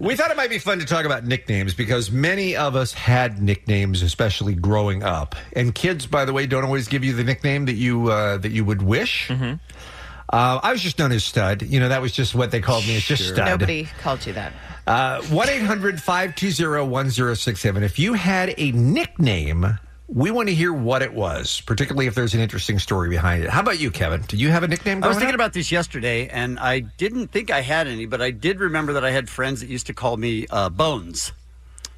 We thought it might be fun to talk about nicknames because many of us had nicknames, especially growing up. And kids, by the way, don't always give you the nickname that you uh, that you would wish. Uh, I was just known as Stud. You know, that was just what they called me. It's just Stud. Uh, Nobody called you that. 1 800 520 1067. If you had a nickname, we want to hear what it was, particularly if there's an interesting story behind it. How about you, Kevin? Do you have a nickname? I was growing thinking up? about this yesterday, and I didn't think I had any, but I did remember that I had friends that used to call me uh, Bones.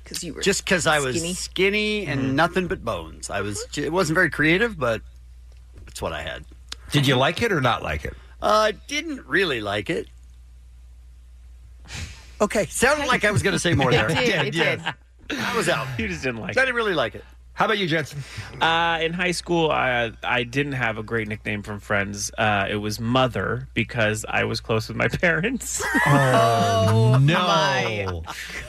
Because you were just because I was skinny? skinny, and nothing but bones. I was. It wasn't very creative, but that's what I had. Did you like it or not like it? I uh, didn't really like it. Okay, sounded like I was going to say more It there. did, Yeah, it yeah. I was out. You just didn't like I it. didn't really like it. How about you, Jensen? Uh, in high school, I, I didn't have a great nickname from friends. Uh, it was Mother because I was close with my parents. Oh, no.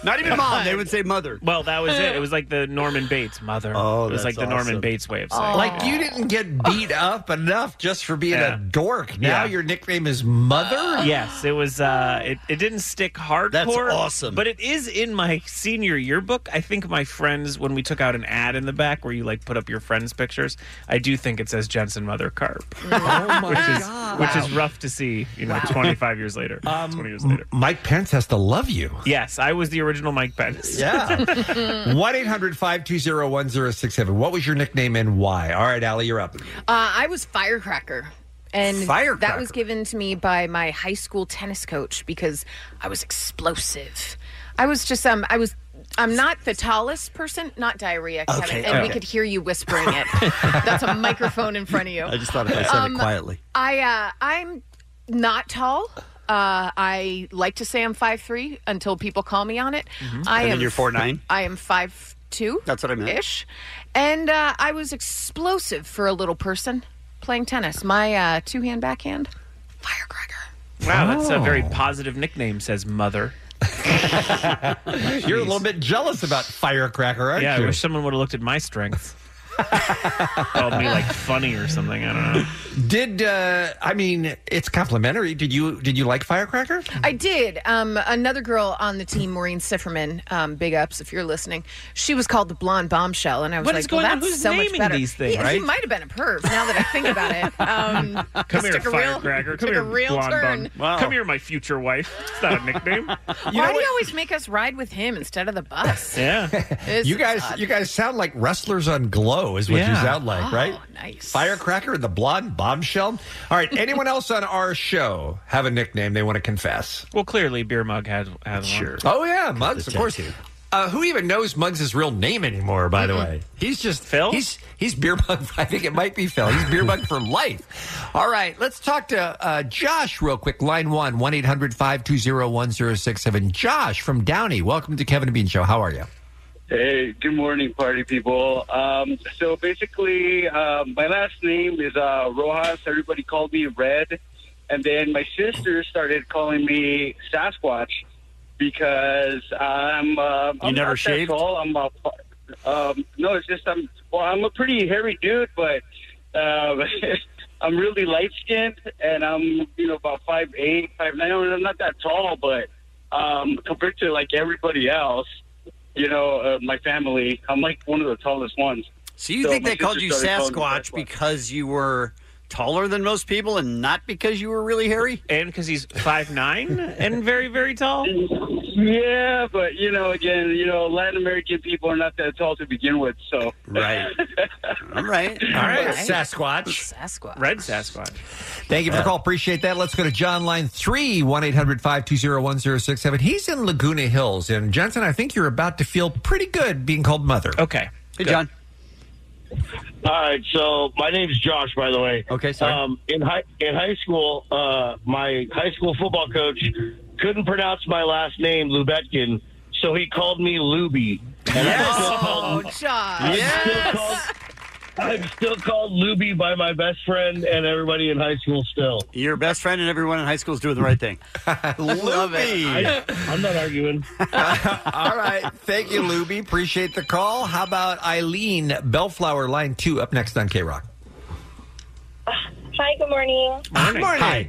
Not even mom. They would say mother. Well, that was it. It was like the Norman Bates mother. Oh, it was that's like the awesome. Norman Bates way of saying it. Like you didn't get beat up enough just for being Yeah. a dork. Now Yeah. your nickname is Mother. Yes, it was. Uh, it it didn't stick hardcore. That's awesome. But it is in my senior yearbook. I think my friends, when we took out an ad in the back where you like put up your friends' pictures, I do think it says Jensen Mother Carp. Oh my which is God. which Wow. is rough to see. You know, twenty five years later, twenty years later. Mike Pence has to love Um, you. Yes, I was the original Mike Pence. Yeah. 1 800 520 1067. What was your nickname and why? All right, Allie, you're up. Uh, I was firecracker. And that Firecracker. was given to me by my high school tennis coach because I was explosive. I was just um I was I'm not the tallest person, not diarrhea, Kevin. Okay, and we okay. could hear you whispering it. That's a microphone in front of you. I just thought if I said Um, it quietly. I uh, I'm not tall. Uh, I like to say I'm five three until people call me on it. Mhm. I And am then you're 4'9"? I am five two. That's what I meant. Ish, and uh, I was explosive for a little person playing tennis. My uh, two hand backhand. Wow, that's a very Oh. positive nickname. Says Mother. You're a little bit jealous about Firecracker, aren't yeah, you? I wish someone would have looked at my strengths. Called me like funny or something. I don't know. Did uh I mean it's complimentary. Did you did you like Firecracker? I did. Um, another girl on the team, Maureen Sifferman, um, big ups if you're listening. She was called the blonde bombshell, and I was What like, is going well, on? that's Who's so much naming better. these things, he, he right? might have been a perv. Now that I think about it, um, Come this here, took a real, firecracker. Come took here, a real blonde turn. bum. Come here, my future wife. It's not a nickname. Why do you always make us ride with him instead of the bus? yeah. This you is guys odd. you guys sound like wrestlers on glow is what you Yeah. sound like, Oh, right? nice. Firecracker and the blonde bombshell. All right, anyone else on our show have a nickname they want to confess? Well, clearly, beer mug had had sure. Oh yeah, Muggs, of course. Uh, who even knows Muggs' real name anymore? By the way, he's just Phil. He's he's beer mug. I think it might be Phil. He's beer mug for life. All right, let's talk to uh, Josh real quick. Line one one 1067 Josh from Downey, welcome to Kevin and Bean Show. How are you? Hey, good morning, party people. Um, so basically, um, my last name is uh, Rojas. Everybody called me Red. And then my sister started calling me Sasquatch because I'm. Uh, I'm never not that shaved? tall. I'm a, um, no, it's just I'm. Well, I'm a pretty hairy dude, but um, I'm really light skinned, and I'm you know about five eight, five nine. I'm not that tall, but um, compared to like everybody else, you know, uh, my family, I'm like one of the tallest ones. So you So think my they called sister you started calling me Sasquatch because you were taller than most people and not because you were really hairy? And because he's five nine and very very tall. Yeah, but you know, again, you know, Latin American people are not that tall to begin with, so right. All right, all right, Sasquatch, Sasquatch, red Sasquatch. Thank you for the call. Appreciate that. Let's go to John line 3 1 800 520 1067. He's in Laguna Hills. And Johnson, I think you're about to feel pretty good being called mother. Okay. Hey, John. All right, so my name's Josh, by the way. Okay, sorry. Um, in high in high school, uh, my high school football coach couldn't pronounce my last name, Lubetkin, so he called me Luby. And I'm, still Oh, called, Josh. I'm still called Luby by my best friend and everybody in high school still. Your best friend and everyone in high school is doing the right thing. Love I, I'm not arguing. All right. Thank you, Luby. Appreciate the call. How about Eileen Bellflower, line 2, up next on K Rock? Hi, good morning. Hi.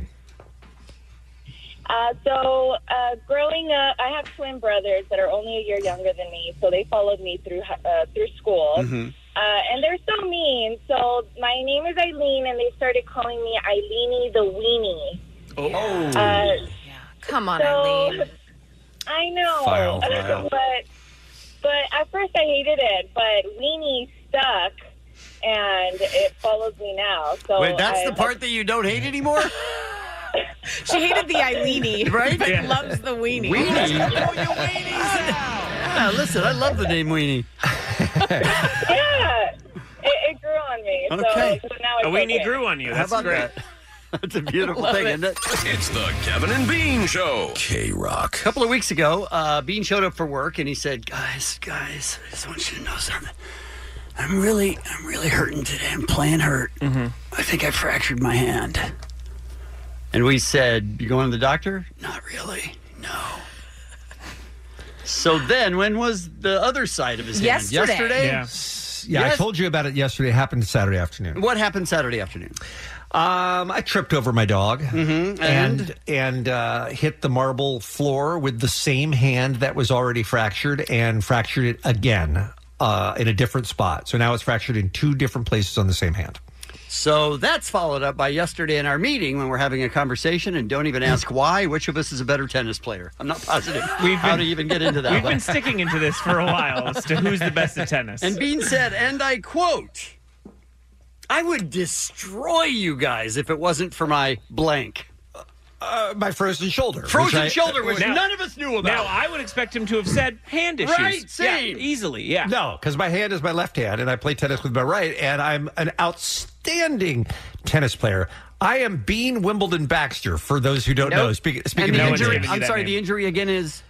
Uh, so, uh, growing up, I have twin brothers that are only a year younger than me, so they followed me through hi- uh, through school. Mm-hmm. Mm-hmm. Uh, and they're so mean. So my name is Eileen, and they started calling me Eileenie the Weenie. Oh. Uh, Come on, so- Eileen. I know, Uh, File, file. but but at first I hated it, but Weenie stuck, and it follows me now. So Wait, that's I- the part that you don't hate anymore? She hated the Eileenie, Right? But Yeah. loves the weenie. Weenie? Yeah, listen, I love the name Weenie. yeah, it, it grew on me. Okay. So, so now it's A weenie okay. grew on you. How That's about great. That's a beautiful thing, isn't it? It's the Kevin and Bean Show. K Rock. A couple of weeks ago, uh, Bean showed up for work and he said, "Guys, guys, I just want you to know something. I'm really, I'm really hurting today. I'm playing hurt. Mm-hmm. I think I fractured my hand." And we said, "You going to the doctor?" Not really. No. So then, when was the other side of his hand? Yesterday. Yesterday. Yeah. Yeah, I told you about it yesterday. It happened Saturday afternoon. What happened Saturday afternoon? Um, I tripped over my dog Mm-hmm. and? and and uh, hit the marble floor with the same hand that was already fractured and fractured it again uh, in a different spot. So now it's fractured in two different places on the same hand. So that's followed up by yesterday in our meeting when we're having a conversation and don't even ask why. Which of us is a better tennis player? I'm not positive. How to even get into that? We've one. been sticking into this for a while as to who's the best at tennis. And Bean said, and I quote, I would destroy you guys if it wasn't for my blank. Uh, my frozen shoulder. Frozen which I- shoulder, which Now- none of us knew about. Now I would expect him to have said hand issues. Right, same. Yeah, easily, yeah. No, because my hand is my left hand, and I play tennis with my right, and I'm an outstanding tennis player. I am Bean Wimbledon Baxter. For those who don't Nope. know, Oh, speak, speaking and the of injury, tennis. I'm sorry, the injury again is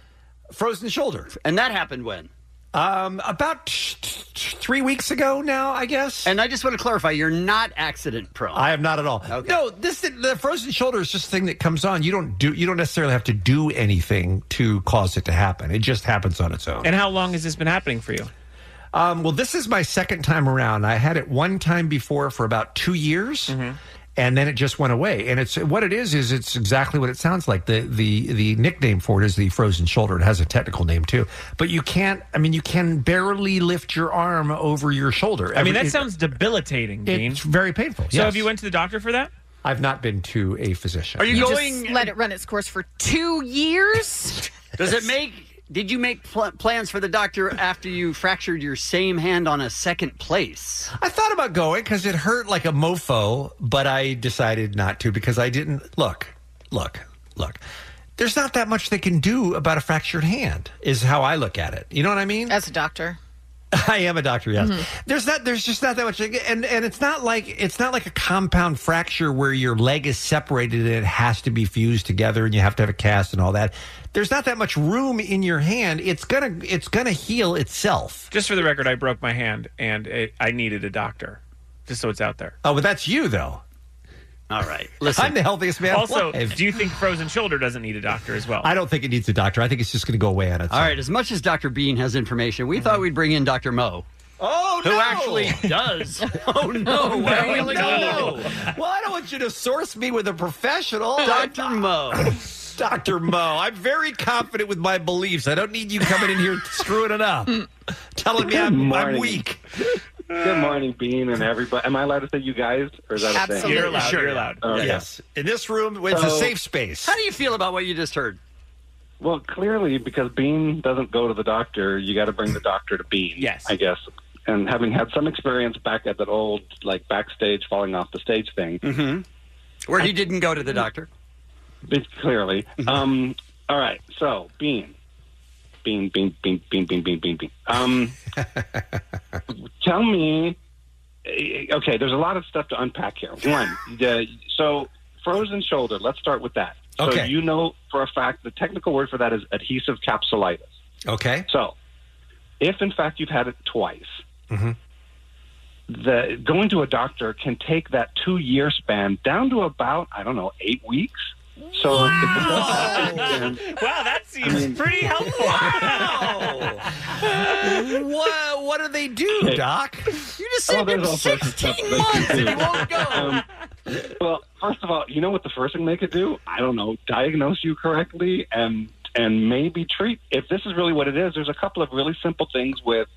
frozen shoulder. And that happened when? Um, about t- t- three weeks ago now, I guess. And I just want to clarify, you're not accident prone. I am not at all. No, this the frozen shoulder is just a thing that comes on. You don't do you don't necessarily have to do anything to cause it to happen. It just happens on its own. And how long has this been happening for you? Um, well, this is my second time around. I had it one time before for about two years. Mm-hmm. And then it just went away, and it's what it is. Is it's exactly what it sounds like. the the The nickname for it is the frozen shoulder. It has a technical name too, but you can't. I mean, you can barely lift your arm over your shoulder. I mean, that Every- it- sounds debilitating, Dean. It's very painful. So have you went to the doctor for that? I've not been to a physician. just let it run its course for two years. Does it make, did you make pl- plans for the doctor after you fractured your same hand on a second place? I thought about going because it hurt like a mofo, but I decided not to because I didn't look, look, look. There's not that much they can do about a fractured hand, is how I look at it. You know what I mean? As a doctor. I am a doctor, yes. Mm-hmm. There's not there's just not that much and and it's not like it's not like a compound fracture where your leg is separated and it has to be fused together and you have to have a cast and all that. There's not that much room in your hand. It's going to it's going to heal itself. Just for the record, I broke my hand and it, I needed a doctor. Just so it's out there. Oh, but that's you though. All right. Listen. I'm the healthiest man Also, alive. do you think frozen shoulder doesn't need a doctor as well? I don't think it needs a doctor. I think it's just going to go away on its All right, as much as Dr. Bean has information, we thought we'd bring in Dr. Mo. Mm-hmm. Oh, Who actually does. oh, no. Where are No. we going to go? Well, I don't want you to source me with a professional. Dr. Mo. Dr. Mo, I'm very confident with my beliefs. I don't need you coming in here screwing it up, telling me I'm, I'm morning. weak. Good morning, Bean, and everybody. Am I allowed to say you guys, or is that a thing? Absolutely. You're allowed, you're allowed. Okay. Yes. In this room, it's a safe space. How do you feel about what you just heard? Well, clearly, because Bean doesn't go to the doctor, you got to bring the doctor to Bean. Yes, I guess. And having had some experience back at that old like backstage falling off the stage thing, Mm-hmm. Where he didn't go to the doctor. It's clearly. Um, all right, so Bean, Bean, Bean, Bean, Bean, Bean, Bean, Bean, Bean. Um, tell me. eh, Okay, there's a lot of stuff to unpack here. One, the, so frozen shoulder. Let's start with that. So Okay. you know for a fact the technical word for that is adhesive capsulitis. Okay. So, if in fact you've had it twice, Mhm. Mm-hmm. the going to a doctor can take that two year span down to about I don't know eight weeks. So wow, wow that seems pretty helpful. what, what do they do, Okay. Doc? You just saved him 16 months and he won't go. Um, well, first of all, you know what the first thing they could do? I don't know, diagnose you correctly and and maybe treat. If this is really what it is, there's a couple of really simple things with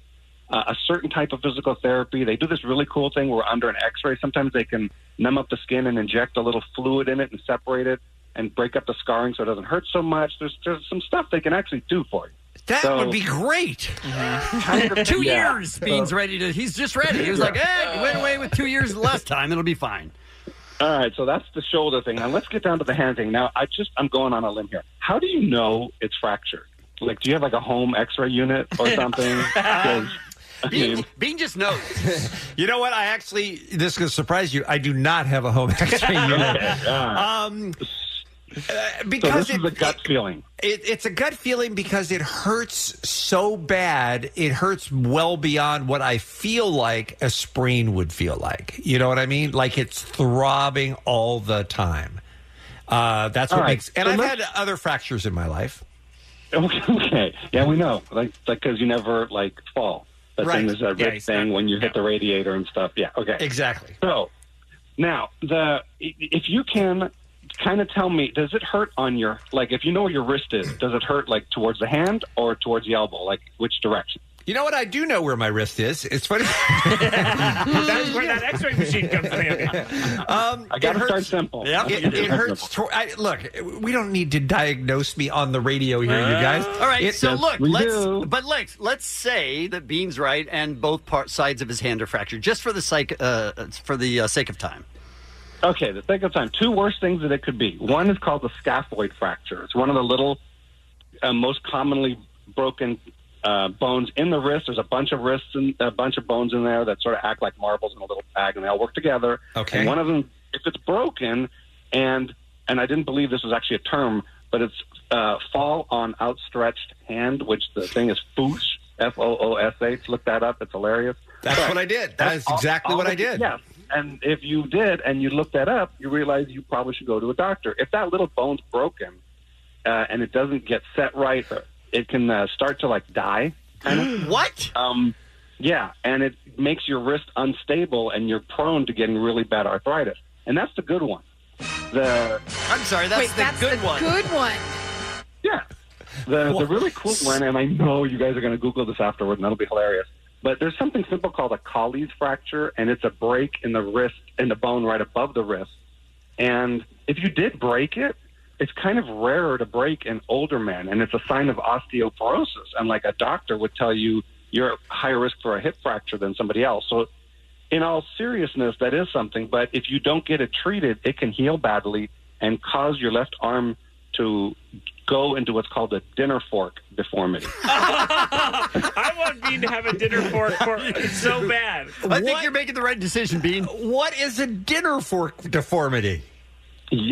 uh, a certain type of physical therapy. They do this really cool thing where under an X-ray, sometimes they can numb up the skin and inject a little fluid in it and separate it and break up the scarring so it doesn't hurt so much. There's there's some stuff they can actually do for you. That So- Mm-hmm. would be great. two Yeah. years, Bean's ready to. He's just ready. He was like, "Hey, it went away with two years last time. It'll be fine." All right, so that's the shoulder thing. Now let's get down to the hand thing. Now I just I'm going on a limb here. How do you know it's fractured? Like, do you have like a home X-ray unit or something? 'Cause, I mean, Bean just knows. you know what? I actually, this is going to surprise you. I do not have a home X-ray unit. Okay, all right. um, uh, because this is a it- gut feeling. It, it's a gut feeling because it hurts so bad. It hurts well beyond what I feel like a sprain would feel like. You know what I mean? Like it's throbbing all the time. Uh, that's All what right, makes. And so I've had let's- other fractures in my life. Okay, okay. yeah, we know. Like, like because you never like fall. That Right. thing is a Yeah, rib exactly. thing when you hit the radiator and stuff. Yeah, okay, exactly. So now the i- if you can kind of tell me, does it hurt on your like if you know where your wrist is? Does it hurt like towards the hand or towards the elbow? Like which direction? You know what? I do know where my wrist is. It's funny. That's where that X-ray machine comes in handy. Um, I gotta it start simple. Yeah, it, it hurts. To, I, look, we don't need to diagnose me on the radio here, you guys. All right, It- so look, let's but let's let's say that Bean's right, and both part, sides of his hand are fractured, just for the sake uh, for the uh, sake of time. Okay, the think of time. Two worst things that it could be. One is called the scaphoid fracture. It's one of the little, uh, most commonly broken uh, bones in the wrist. There's a bunch of wrists and a bunch of bones in there that sort of act like marbles in a little bag, and they all work together. Okay. And one of them, if it's broken, and and I didn't believe this was actually a term, but it's uh, fall on outstretched hand, which the thing is foosh, F O O S H. Look that up. It's hilarious. That's what I did. That is exactly what I of you- did. Yes. And if you did and you looked that up, you realize you probably should go to a doctor. If that little bone's broken uh, and it doesn't get set right, it can uh, start to like die. Kind of. what? Um, yeah, and it makes your wrist unstable and you're prone to getting really bad arthritis. And that's the good one. The I'm sorry, that's Wait, the that's good the one. Good one. The, the really cool one, and I know you guys are going to Google this afterward, and that'll be hilarious. But there's something simple called a Colles fracture, and it's a break in the wrist, in the bone right above the wrist. And if you did break it, it's kind of rarer to break in older men, and it's a sign of osteoporosis. And like a doctor would tell you, you're at higher risk for a hip fracture than somebody else. So, in all seriousness, that is something. But if you don't get it treated, it can heal badly and cause your left arm to go into what's called a dinner fork deformity. I want Bean to have a dinner fork for it's so bad. I think you're making the right decision, Bean. What is a dinner fork deformity?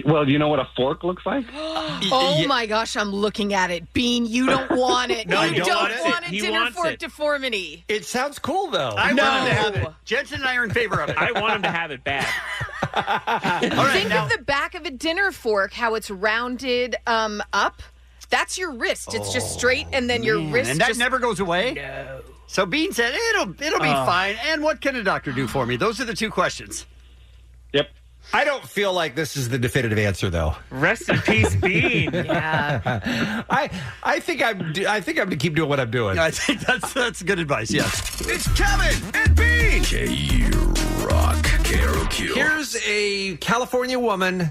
Well, you know what a fork looks like? Oh my gosh, I'm looking at it. Bean, you don't want it. No, I you don't want it. want a He dinner wants fork it. deformity. It sounds cool though. I No. want him to have it. Jensen and I are in favor of it. I want him to have it bad. Think of the back of a dinner fork, how it's rounded um, up. That's your wrist. It's just straight, and then your Man, wrist and that just never goes away. No. So Bean said it'll it'll be Oh. fine. And what can a doctor do for me? Those are the two questions. Yep. I don't feel like this is the definitive answer though. Rest in peace, Bean. yeah. I I think I'm I think I'm gonna keep doing what I'm doing. I think that's that's good advice. Yes. It's Kevin and Bean. K Rock. K-R-O-Q. Here's a California woman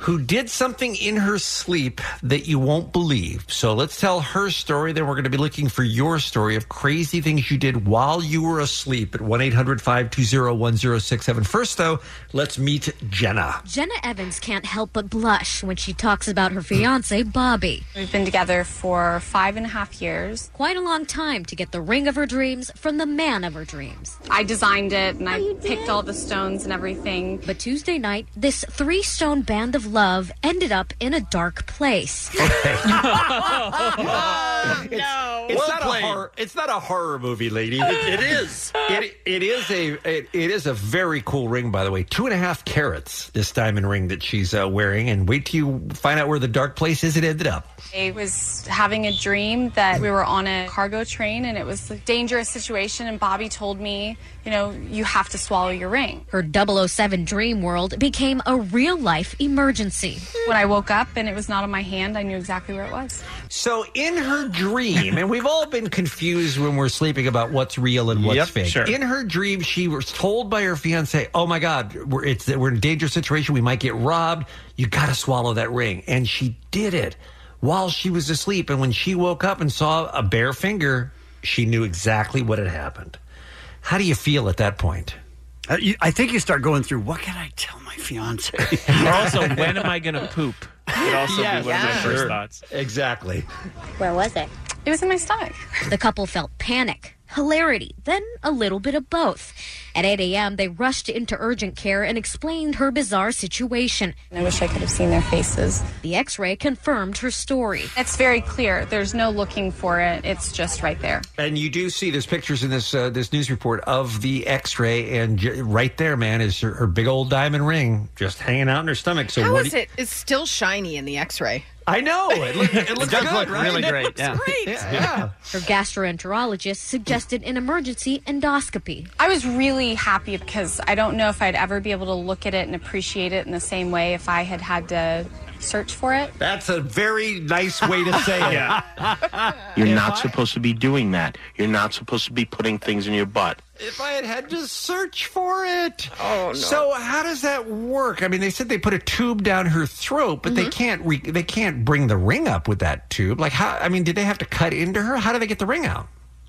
who did something in her sleep that you won't believe. So let's tell her story. Then we're going to be looking for your story of crazy things you did while you were asleep at 1 800 520 1067. First, though, let's meet Jenna. Jenna Evans can't help but blush when she talks about her fiance, Bobby. We've been together for five and a half years. Quite a long time to get the ring of her dreams from the man of her dreams. I designed it and I picked all the stones and everything. But Tuesday night, this three stone band of love ended up in a dark place. no. It's not a horror. It's not a horror movie, lady. It- it is. It it is a it, it is a very cool ring, by the way. Two and a half carats. This diamond ring that she's uh, wearing, and wait till you find out where the dark place is. It ended up. I was having a dream that we were on a cargo train and it was a dangerous situation, and Bobby told me, you know, you have to swallow your ring. Her 007 dream world became a real life emergency. When I woke up and it was not on my hand, I knew exactly where it was. So in her dream, and we've all been confused when we're sleeping about what's real and what's fake. sure. In her dream, she was told by her fiance, "Oh my God, we're it's we're in a dangerous situation. We might get robbed. You got to swallow that ring." And she did it while she was asleep. And when she woke up and saw a bare finger, she knew exactly what had happened. How do you feel at that point? Uh, you, I think you start going through what can I tell my fiance? Or also, when am I going to poop? Would also be one of my first thoughts. Exactly. Where was it? It was in my stomach. The couple felt panic, hilarity, then a little bit of both. At 8 a.m., they rushed into urgent care and explained her bizarre situation. I wish I could have seen their faces. The x ray confirmed her story. It's very clear. There's no looking for it, it's just right there. And you do see there's pictures in this uh, this news report of the X-ray, and j- right there, man, is her, her big old diamond ring just hanging out in her stomach. So How what is do you- it? It's still shiny in the X-ray. I know it, look, it looks does good, look right? really It great, looks yeah. great. Yeah. yeah. Her gastroenterologist suggested an emergency endoscopy. I was really happy because I don't know if I'd ever be able to look at it and appreciate it in the same way if I had had to search for it. That's a very nice way to say it. You're not supposed to be doing that. You're not supposed to be putting things in your butt. If I had had to search for it. Oh no. So how does that work? I mean, they said they put a tube down her throat, but Mm-hmm. they can't re- they can't bring the ring up with that tube. Like how? I mean, did they have to cut into her? How do they get the ring out?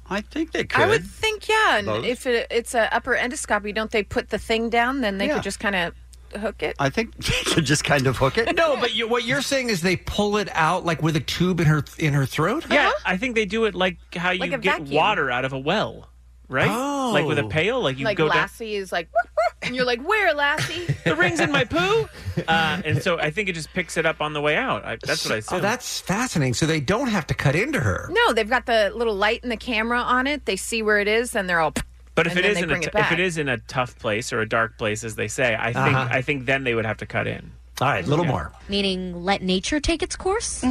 I think they I would think, yeah. And Both? if it, it's an upper endoscopy, don't they put the thing down? Then they Yeah. could just kind of hook it. I think they could just kind of hook it. No, but you, what you're saying is they pull it out like with a tube in her in her throat. Yeah, I think they do it like how you Like a get vacuum. water out of a well, right? Oh. Like with a pail, like you like go down. Lassie is like, "Woof, woof," and you're like, where Lassie? The ring's in my poo. Uh, and so I think it just picks it up on the way out. I, that's what I said. Oh, that's fascinating. So they don't have to cut into her. No, they've got the little light and the camera on it. They see where it is, then they're all. But if and it then is they in a bring t- it back. if it is in a tough place or a dark place, as they say, I think Uh-huh. I think then they would have to cut in. All right, a little more. Meaning, let nature take its course?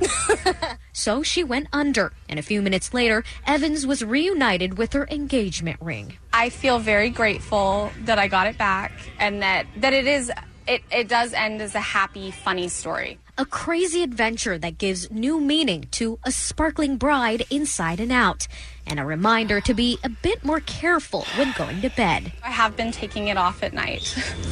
Mm-hmm. so she went under, and a few minutes later, Evans was reunited with her engagement ring. I feel very grateful that I got it back and that, that it is, it, it does end as a happy, funny story. A crazy adventure that gives new meaning to a sparkling bride inside and out, and a reminder to be a bit more careful when going to bed. I have been taking it off at night.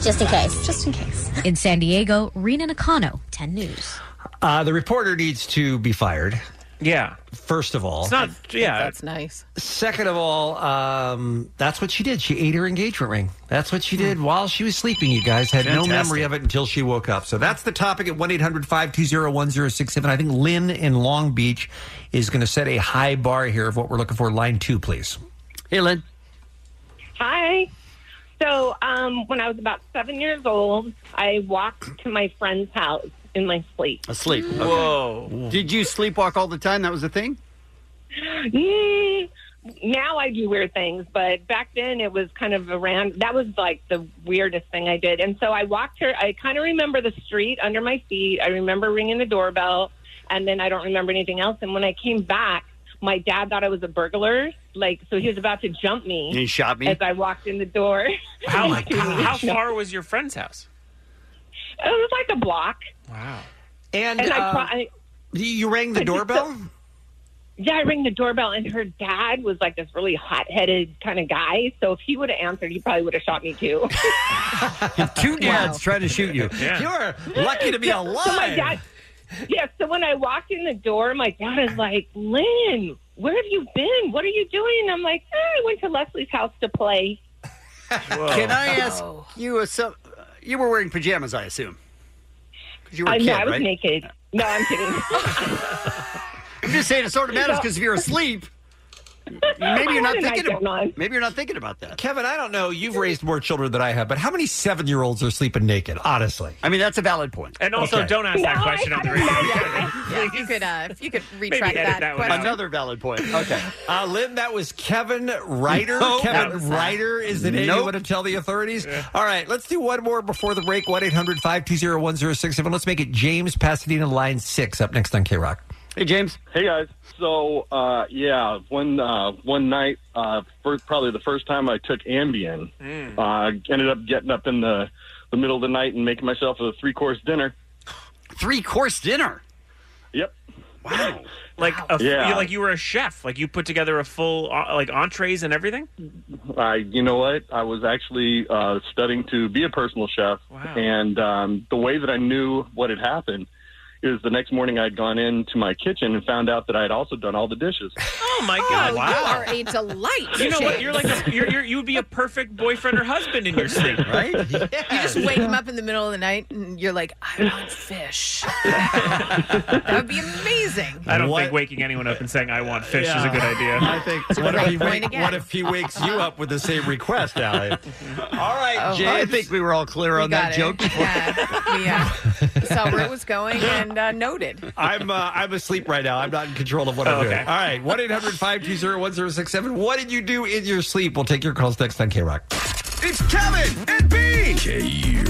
Just in case. Just in case. In San Diego, Rena Nakano, 10 News. Uh, the reporter needs to be fired. Yeah. First of all, It's not. Yeah. That's nice. Second of all, um, that's what she did. She ate her engagement ring. That's what she did while she was sleeping, you guys. Had no Fantastic. memory of it until she woke up. So that's the topic at 1 800 520 1067. I think Lynn in Long Beach is going to set a high bar here of what we're looking for. Line two, please. Hey, Lynn. Hi. So, um, when I was about seven years old, I walked to my friend's house in my sleep. Asleep. Whoa. Did you sleepwalk all the time? That was the thing? Mm, now I do weird things, but back then it was kind of around. That was like the weirdest thing I did. And so I walked her. I kind of remember the street under my feet. I remember ringing the doorbell, and then I don't remember anything else. And when I came back, my dad thought I was a burglar. Like, so he was about to jump me. And he shot me? as I walked in the door. How how far was your friend's house? It was like a block. Wow. And, I, uh, pro- I You rang the doorbell? yeah, I rang the doorbell, and her dad was like this really hot headed kind of guy. So if he would have answered, he probably would have shot me too. Two dads trying to shoot you. You're lucky to be Yeah, alive. So my dad, yeah, so when I walked in the door, my dad is like, Lynn, where have you been? What are you doing? I'm like, "Ah, I went to Leslie's house to play. Can I ask you a sub? You were wearing pajamas, I assume. 'Cause You were a I, kid, no, I was right? naked. No, I'm kidding. I'm just saying it sort of matters because if you're asleep, maybe you're I not had a night thinking. going About, maybe you're not thinking about that. Kevin, I don't know. You've raised more children than I have, but how many seven year olds are sleeping naked, honestly? I mean, that's a valid point. And also, don't ask that question on the radio. Yeah, if you could, uh, if you could retract edit that, that one question. out. Another valid point. Okay. Uh, Lynn, that was Kevin Ryder. No, that was Kevin not. Ryder is the name Nope. you want to tell the authorities? All right, let's do one more before the break 1 800 520 1067. Let's make it James Pasadena, line six, up next on K Rock. Hey, James. Hey, guys. So, uh, yeah, one uh, one night, uh, for probably the first time I took Ambien, Hmm. uh, ended up getting up in the, the middle of the night and making myself a three course dinner. Three course dinner? Yep. Wow. like a, Yeah. you, like you were a chef. Like you put together a full uh, like entrees and everything. I, you know what? I was actually uh, studying to be a personal chef, and um, the way that I knew what had happened is the next morning I'd gone into my kitchen and found out that I had also done all the dishes. Oh my Oh, god! you are a delight. You know what? James. You're like a, you're, you're you would be a perfect boyfriend or husband in your sleep, right? You just wake him up in the middle of the night, and you're like, "I want fish." that would be amazing. I don't think waking anyone up and saying I want fish is a Yeah. good idea. I think. What if he wake- what if he wakes you up with the same request, Allie? All right, Oh, James. I think we were all clear We got it. Yeah, we uh, saw where it was going and uh, noted. I'm uh, I'm asleep right now. I'm not in control of what I'm Okay. doing. All right, 1 800 520 1067. What did you do in your sleep? We'll take your calls next on K Rock. It's Kevin and Bean. K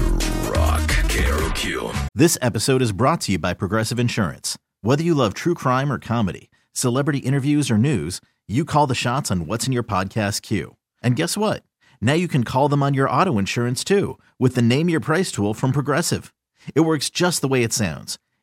Rock Carol Q. This episode is brought to you by Progressive Insurance. Whether you love true crime or comedy, celebrity interviews or news, you call the shots on what's in your podcast queue. And guess what? Now you can call them on your auto insurance too with the Name Your Price tool from Progressive. It works just the way it sounds.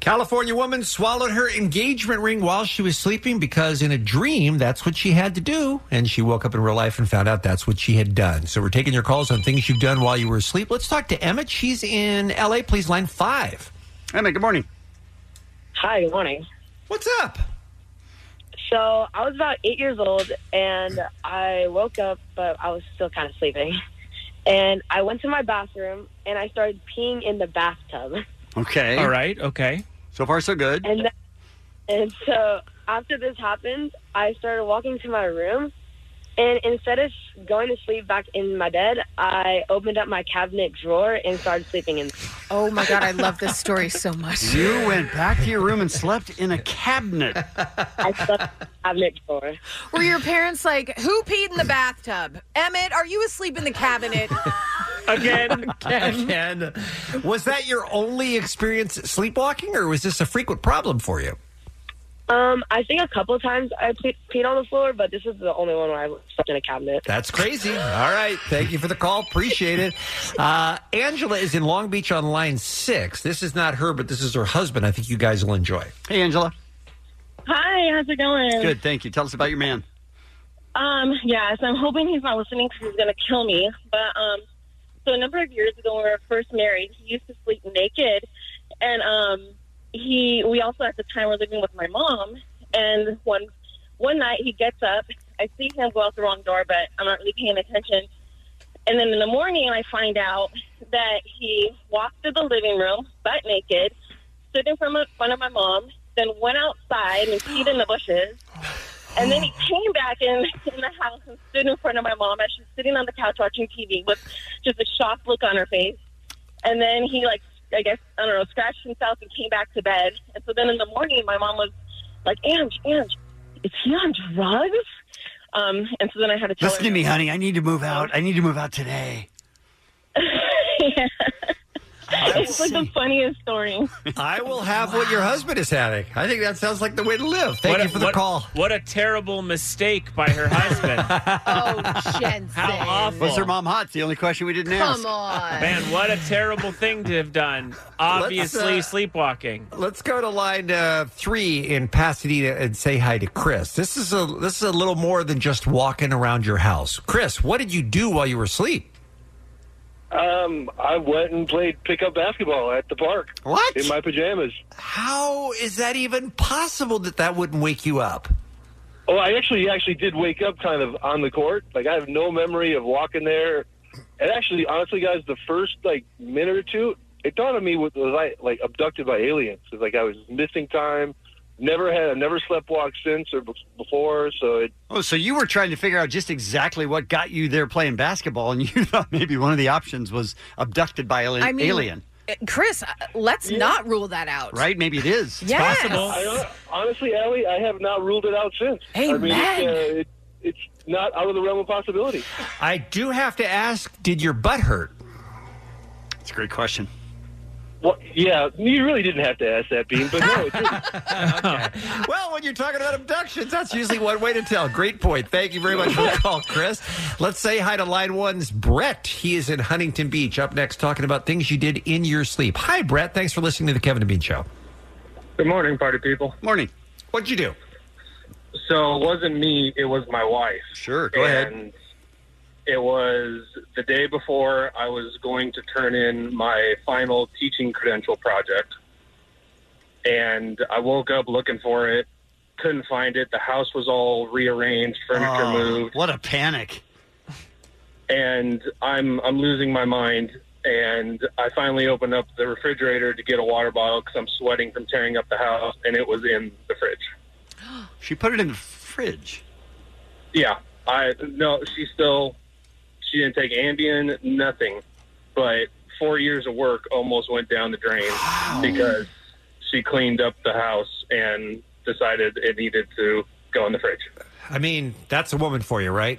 California woman swallowed her engagement ring while she was sleeping because in a dream that's what she had to do. And she woke up in real life and found out that's what she had done. So we're taking your calls on things you've done while you were asleep. Let's talk to Emmett. She's in LA. Please line five. Emmett, good morning. Hi, good morning. What's up? So I was about eight years old and I woke up, but I was still kind of sleeping. And I went to my bathroom and I started peeing in the bathtub. Okay. All right. Okay. So far, so good. And, th- and so after this happened, I started walking to my room. And instead of going to sleep back in my bed, I opened up my cabinet drawer and started sleeping in. Oh my god, I love this story so much. You went back to your room and slept in a cabinet. I slept in the cabinet drawer. Were your parents like, "Who peed in the bathtub? Emmett, are you asleep in the cabinet?" Again. Again. Was that your only experience sleepwalking or was this a frequent problem for you? Um, I think a couple times I pe- peed on the floor, but this is the only one where I slept in a cabinet. That's crazy. All right. Thank you for the call. Appreciate it. Uh, Angela is in Long Beach on line six. This is not her, but this is her husband. I think you guys will enjoy. Hey, Angela. Hi, how's it going? Good, thank you. Tell us about your man. Um, yeah, so I'm hoping he's not listening because he's going to kill me. But um, so a number of years ago, when we were first married, he used to sleep naked, and um, he we also at the time were living with my mom. And one one night he gets up, I see him go out the wrong door, but I'm not really paying attention. And then in the morning, I find out that he walked through the living room butt naked, stood in front of, front of my mom, then went outside and peed in the bushes. And then he came back in, in the house and stood in front of my mom as she's sitting on the couch watching TV with just a shocked look on her face. And then he, like, I guess, I don't know, scratched himself and came back to bed. And so then in the morning, my mom was like, Ange, Ange, is he on drugs? Um, and so then I had to tell Listen her. to me, honey. Oh. I need to move out. I need to move out today. Yeah. I'm That's like the funniest story. I will have what your husband is having. I think that sounds like the way to live. Thank you for the call. What a terrible mistake by her husband. oh, Jensen. How awful. Was her mom hot? It's the only question we didn't ask. on. Man, what a terrible thing to have done. Obviously, Let's, uh, sleepwalking. Let's go to line uh, three in Pasadena and say hi to Chris. This is a this is a little more than just walking around your house. Chris, what did you do while you were asleep? Um, I went and played pickup basketball at the park. What? In my pajamas. How is that even possible that that wouldn't wake you up? Oh, I actually actually did wake up kind of on the court. Like I have no memory of walking there. And actually, honestly, guys, the first like minute or two, it dawned on me was, was I like abducted by aliens? It's like I was missing time. Never had, I've never slept walk since or be- before. So it Oh, so you were trying to figure out just exactly what got you there playing basketball, and you thought maybe one of the options was abducted by alien. I mean, alien. uh, Chris, uh, let's Yeah. not rule that out. Right? Maybe it is. It's Yes. possible. I, honestly, Allie, I have not ruled it out since. Hey, I mean, man. It's, uh, it, it's not out of the realm of possibility. I do have to ask, did your butt hurt? It's a great question. Well, yeah, you really didn't have to ask that, Bean, but no, it didn't. Well, when you're talking about abductions, that's usually one way to tell. Great point. Thank you very much for the call, Chris. Let's say hi to line one's Brett. He is in Huntington Beach. Up next, talking about things you did in your sleep. Hi, Brett. Thanks for listening to the Kevin and Bean Show. Good morning, party people. Morning. What'd you do? So it wasn't me, it was my wife. Sure, go and ahead. It was the day before I was going to turn in my final teaching credential project. And I woke up looking for it, couldn't find it. The house was all rearranged, furniture Oh, moved. What a panic. and I'm I'm losing my mind. And I finally open up the refrigerator to get a water bottle because I'm sweating from tearing up the house, and it was in the fridge. She put it in the fridge. Yeah, I no, she still she didn't take Ambien, nothing. But four years of work almost went down the drain because she cleaned up the house and decided it needed to go in the fridge. I mean, that's a woman for you, right?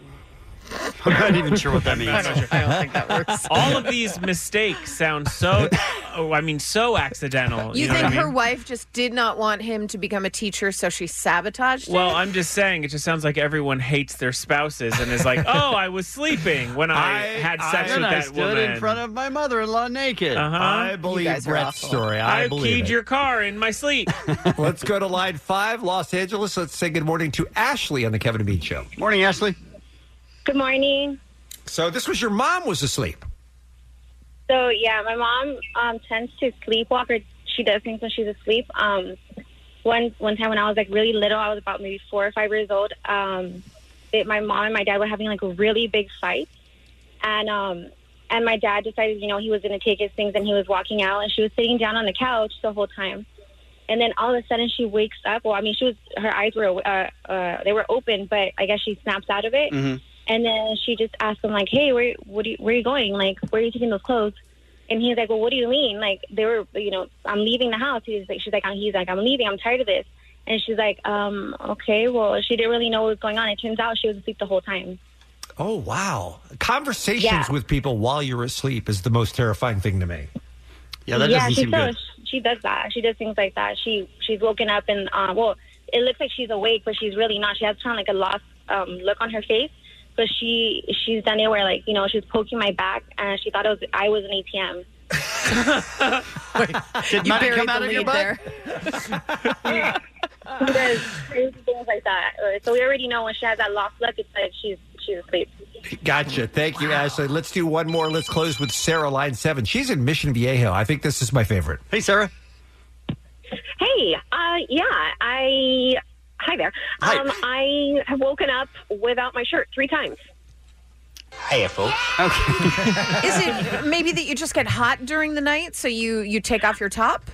I'm not even sure what that means. I don't- I don't think that works. All of these mistakes sound so, oh, I mean, so accidental. You, You, know think what I her mean? wife just did not want him to become a teacher, so she sabotaged him? Well, I'm just saying, it just sounds like everyone hates their spouses and is like, oh, I was sleeping when I, had sex I, with and I that stood woman. in front of my mother-in-law naked. Uh-huh. I believe Brett's story. I I believe keyed it. your car in my sleep. Let's go to line five, Los Angeles. Let's say good morning to Ashley on the Kevin and Bean Show. Morning, Ashley. Good morning. So this was your mom was asleep. So yeah, my mom um, tends to sleepwalk, or she does things when she's asleep. Um, one one time when I was like really little, I was about maybe four or five years old. Um, it, my mom and my dad were having like a really big fight, and um, and my dad decided you know he was going to take his things and he was walking out, and she was sitting down on the couch the whole time. And then all of a sudden she wakes up. Well, I mean, she was her eyes were uh, uh, they were open, but I guess she snaps out of it. And then she just asked him, like, "Hey, where, what do you, where are you going? Like, where are you taking those clothes?" And he's like, "Well, what do you mean? Like, they were, you know, I'm leaving the house." He's like, "She's like, I'm, he's like, I'm leaving. I'm tired of this." And she's like, "Um, okay. Well, she didn't really know what was going on. It turns out she was asleep the whole time." Oh wow! Conversations Yeah. with people while you're asleep is the most terrifying thing to me. she does, She does that. She does things like that. She she's woken up and uh, well, it looks like she's awake, but she's really not. She has kind of like a lost um, look on her face, but she she's done it where like you know she's poking my back and she thought it was I was an ATM. Did You money buried come the out of your lead butt? there. She does crazy things like that. Uh, So we already know when she has that lost look, it's like she's she's asleep. Gotcha. Thank you, Ashley. Let's do one more. Let's close with Sarah, line seven. She's in Mission Viejo. I think this is my favorite. Hey, Sarah. Hey, uh, yeah, I. Hi there. Um, I have woken up without my shirt three times. Hey, folks. Okay. Is it maybe that you just get hot during the night, so you you take off your top?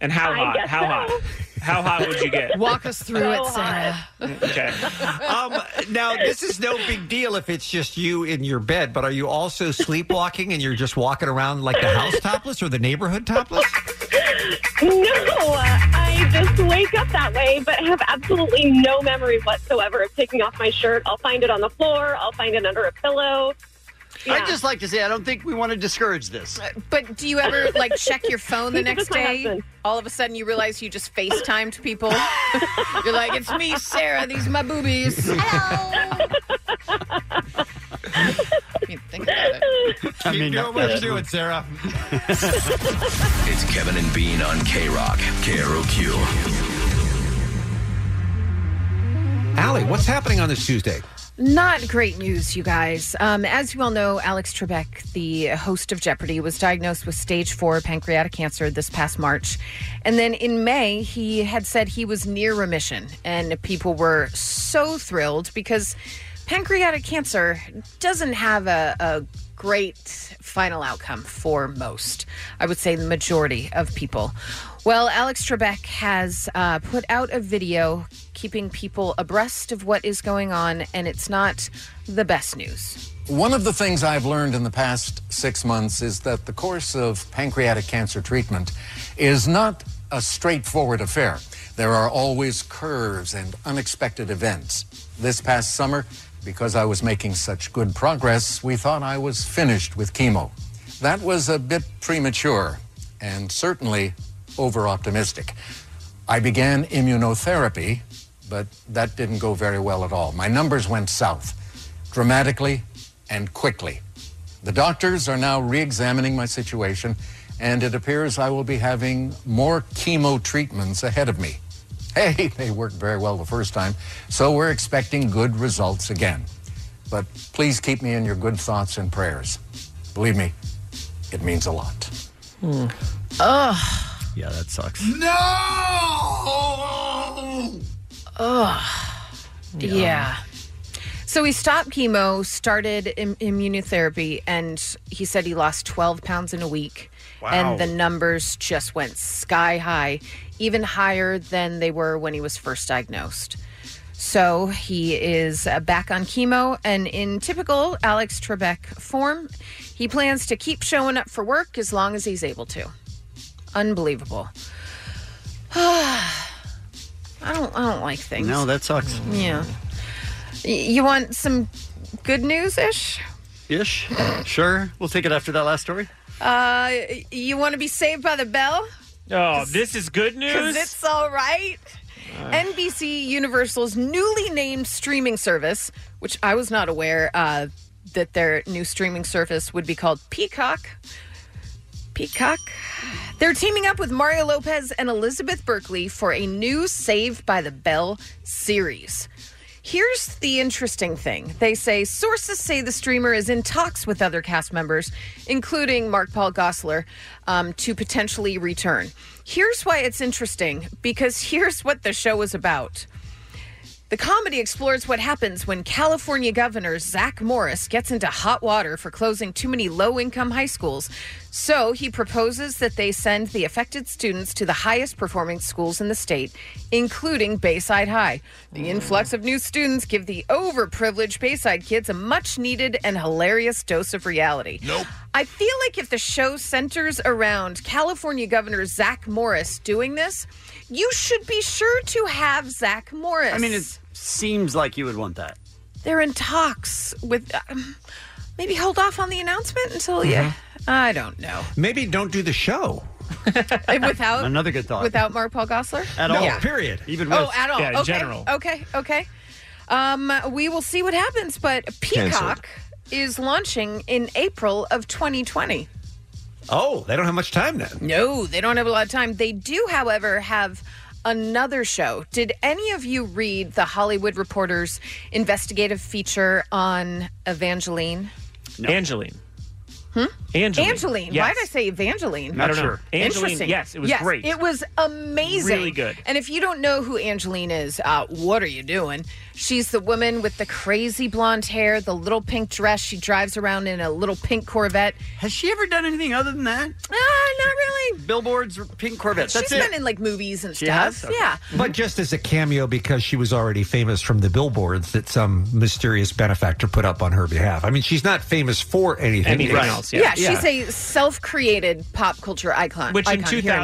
And how I hot? guess How so. hot? How hot would you get? Walk us through it, Sarah. Okay. Um, now, this is no big deal if it's just you in your bed, but are you also sleepwalking and you're just walking around like the house topless or the neighborhood topless? No, uh, I just wake up that way, but have absolutely no memory whatsoever of taking off my shirt. I'll find it on the floor. I'll find it under a pillow. I'd just like to say I don't think we want to discourage this. But do you ever like check your phone the next day? All of a sudden, you realize you just FaceTimed people. You're like, "It's me, Sarah. These are my boobies." I mean, doing what you're doing, Sarah. It's Kevin and Bean on K Rock, KROQ. Allie, what's happening on this Tuesday? Not great news, you guys. Um, as you all know, Alex Trebek, the host of Jeopardy, was diagnosed with stage four pancreatic cancer this past March. And then in May, he had said he was near remission. And people were so thrilled because pancreatic cancer doesn't have a, a great final outcome for most. I would say the majority of people. Well, Alex Trebek has uh, put out a video keeping people abreast of what is going on, and it's not the best news. One of the things I've learned in the past six months is that the course of pancreatic cancer treatment is not a straightforward affair. There are always curves and unexpected events. This past summer, because I was making such good progress, we thought I was finished with chemo. That was a bit premature and certainly over optimistic. I began immunotherapy, but that didn't go very well at all. My numbers went south dramatically and quickly. The doctors are now re examining my situation, and it appears I will be having more chemo treatments ahead of me. Hey, they worked very well the first time, so we're expecting good results again. But please keep me in your good thoughts and prayers. Believe me, it means a lot. Ugh. Yeah, that sucks. Oh! No! Ugh. Yeah. So he stopped chemo, started Im- immunotherapy, and he said he lost 12 pounds in a week. Wow. And the numbers just went sky high, even higher than they were when he was first diagnosed. So he is uh, back on chemo, and in typical Alex Trebek form, he plans to keep showing up for work as long as he's able to. Unbelievable. I don't. I don't like things. No, that sucks. Yeah. Y- You want some good news ish? Ish. Sure. We'll take it after that last story. Uh, you want to be saved by the bell? Oh, this is good news. Because it's all right. NBC Universal's newly named streaming service, which I was not aware uh, that their new streaming service would be called Peacock. Peacock. They're teaming up with Mario Lopez and Elizabeth Berkley for a new Saved by the Bell series. Here's the interesting thing. They say sources say the streamer is in talks with other cast members, including Mark Paul Gossler, um, to potentially return. Here's why it's interesting because here's what the show is about. The comedy explores what happens when California Governor Zach Morris gets into hot water for closing too many low income high schools. So he proposes that they send the affected students to the highest performing schools in the state, including Bayside High. The influx of new students give the overprivileged Bayside kids a much needed and hilarious dose of reality. Nope. I feel like if the show centers around California Governor Zach Morris doing this, you should be sure to have Zach Morris. I mean, it seems like you would want that. they're in talks with. Um, maybe hold off on the announcement until Oh, yeah. Mm-hmm. I don't know. Mm-hmm. Maybe don't do the show. without Another good thought. without Mark Paul Gossler At all. Yeah. Period. Even Oh, with. at all. okay. Oh. Okay. Okay. Um, we will see what happens, but Peacock is launching in April of 2020. Oh, they don't have much time then. No, they don't have a lot of time. They do, however, have another show. Did any of you read the Hollywood Reporter's investigative feature on Evangeline? Angeline. Hmm? Angeline. Why Yes. did I say Evangeline? I don't know. Sure. Angeline, yes, it was Yes, great. It was amazing. Really good. And if you don't know who Angeline is, uh, what are you doing? She's the woman with the crazy blonde hair, the little pink dress. She drives around in a little pink Corvette. Has she ever done anything other than that? Ah, not really. Billboards, pink Corvettes. She's That's it. been in like movies and She stuff. has? Okay. Yeah. But just as a cameo because she was already famous from the billboards that some mysterious benefactor put up on her behalf. I mean, she's not famous for anything, Anything It's- else, Yeah, she's a self-created pop culture icon. Which in icon here LA.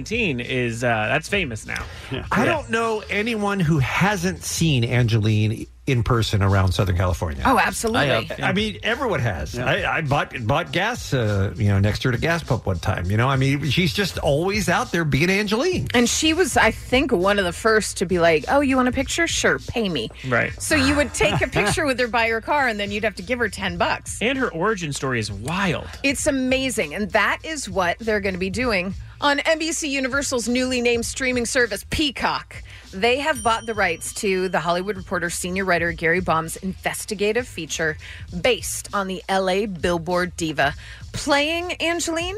2019 is uh, that's famous now. I don't know anyone who hasn't seen Angeline in person around Southern California. Oh, absolutely. I, uh, I mean, everyone has. I, I bought bought gas, uh, you know, next to her at a gas pump one time. You know, I mean, she's just always out there being Angeline. And she was, I think, one of the first to be like, "Oh, you want a picture? Sure, pay me." Right. So you would take a picture with her by her car, and then you'd have to give her ten bucks. And her origin story is wild. It's amazing, and that is what they're going to be doing on NBC Universal's newly named streaming service, Peacock. They have bought the rights to the Hollywood Reporter senior writer Gary Baum's investigative feature based on the LA Billboard diva playing Angeline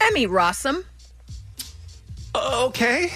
Emmy Rossum. Okay.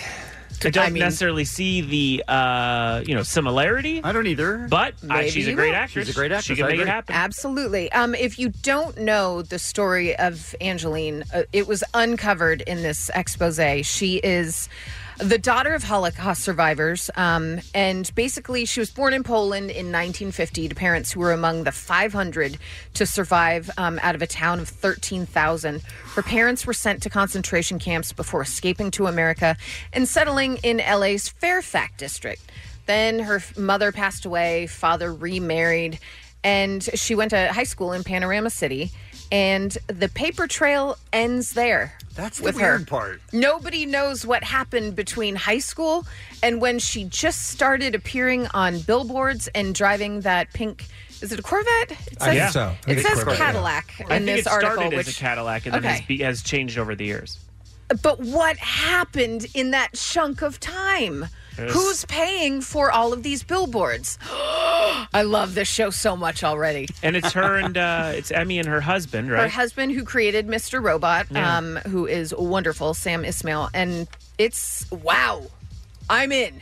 I don't I mean- necessarily see the uh, you know similarity. I don't either. But uh, Maybe she's a you great will. actress. She can make it happen. Absolutely. Um, if you don't know the story of Angeline, uh, it was uncovered in this expose. She is the daughter of Holocaust survivors, um, and basically, she was born in Poland in 1950 to parents who were among the 500 to survive um, out of a town of 13,000. Her parents were sent to concentration camps before escaping to America and settling in LA's Fairfax district. Then her f- mother passed away, father remarried, and she went to high school in Panorama City. And the paper trail ends there. That's the with weird her. part. Nobody knows what happened between high school and when she just started appearing on billboards and driving that pink. Is it a Corvette? It I says, think so. I think It it's says Corvette. Cadillac I in think this it started article, as which a Cadillac and then Okay. has, be- has changed over the years. but what happened in that chunk of time? Yes. Who's paying for all of these billboards? I love this show so much already. And it's her and uh, it's Emmy and her husband, right? Her husband who created Mr. Robot, Yeah. um, who is wonderful, Sam Ismail. And it's wow. I'm in.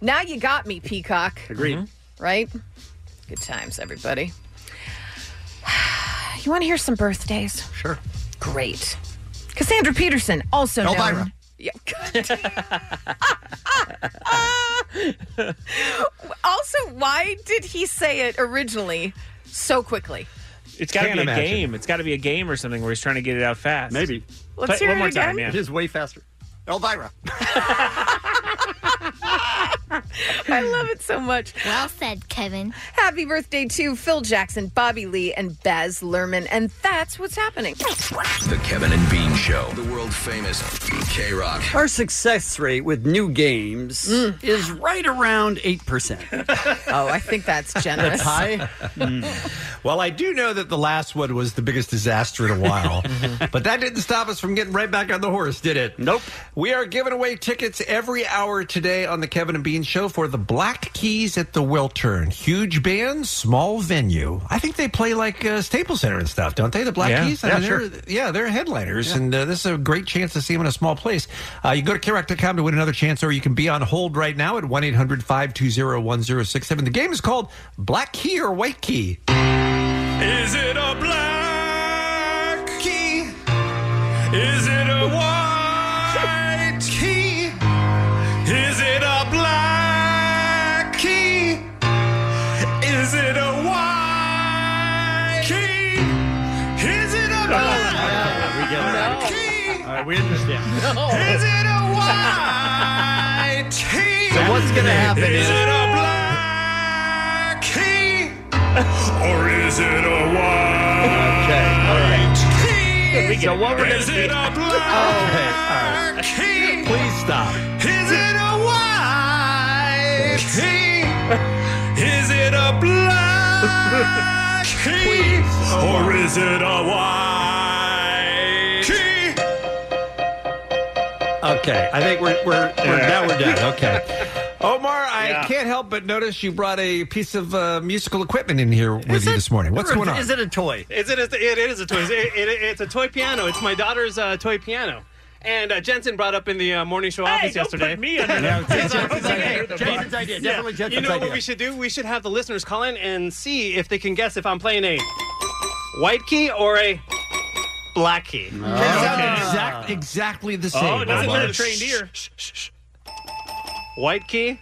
Now you got me, Peacock. Mm-hmm. Agreed. Mhm. Right? Good times, everybody. You want to hear some birthdays? Sure. Great. Cassandra Peterson, also Elvira. known. Yeah. also, why did he say it originally so quickly? It's got to Can't be a imagine. game. It's got to be a game or something where he's trying to get it out fast. Maybe. Let's Play hear it one it more again. time, yeah. It is way faster. Elvira. I love it so much. Well said, Kevin. Happy birthday to Phil Jackson, Bobby Lee, and Baz Luhrmann. And that's what's happening. The Kevin and Bean Show. The world famous K Rock. Our success rate with new games is right around 8%. oh, Mm. I think that's generous. That's high. Well, I do know that the last one was the biggest disaster in a while, Mm-hmm. but that didn't stop us from getting right back on the horse, did it? Nope. We are giving away tickets every hour today on the Kevin and Bean Show for the Black Keys at the Wiltern. Huge band, small venue. I think they play like uh, Staples Center and stuff, don't they? The Black Yeah. Keys. I Yeah, mean, sure. they're, yeah, they're headliners, and uh, this is a great chance to see them in a small place. Uh, you go to KROC.com to win another chance, or you can be on hold right now at 1 800 520 1067. The game is called Black Key or White Key. Is it a black key? Is it a white key? Is it a black key? Is it a white key? Is it a black we get key? All right, we understand. Is it a white key? So what's gonna happen Is is- it a black key? Or is it a white Okay, all right. key? So what we're Is gonna it do- a black key? Please stop. Is it a white key? Is it a black key? Or is it a white key? Okay, I think we're we're, we're Yeah. now we're done. Okay, Omar, I Yeah. can't help but notice you brought a piece of uh, musical equipment in here with you this morning. What's going on? Is it a toy? Is it? A, it is a toy. It, it, it's a toy piano. It's my daughter's uh, toy piano. And uh, Jensen brought up in the uh, morning show office yesterday. me under the- Yeah, it's like, Jensen's hey, idea. Jensen's idea. yeah, Definitely You Jensen's know what idea. we should do? We should have the listeners call in and see if they can guess if I'm playing a white key or a black key. Exact, exactly the Oh, same. it doesn't Omar. matter, trained ear. White key,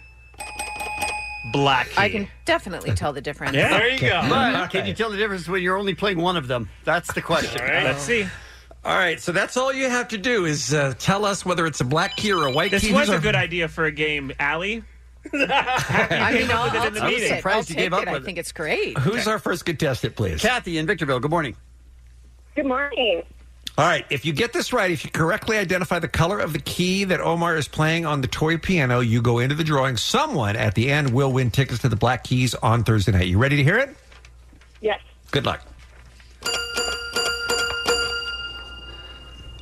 black key. I can definitely tell the difference. But can you tell the difference when you're only playing one of them? That's the question. All right, let's see. All right, so that's all you have to do is uh, tell us whether it's a black key or a white This key. was These a are- good idea for a game, Allie. I mean, I'll, I'll take meeting. it. Surprised I'll you take gave up it. I with it. think it's great. Who's our first contestant, please? Kathy in Victorville. Good morning. Good morning. All right. If you get this right, if you correctly identify the color of the key that Omar is playing on the toy piano, you go into the drawing. Someone at the end will win tickets to the Black Keys on Thursday night. You ready to hear it? Yes, Good luck.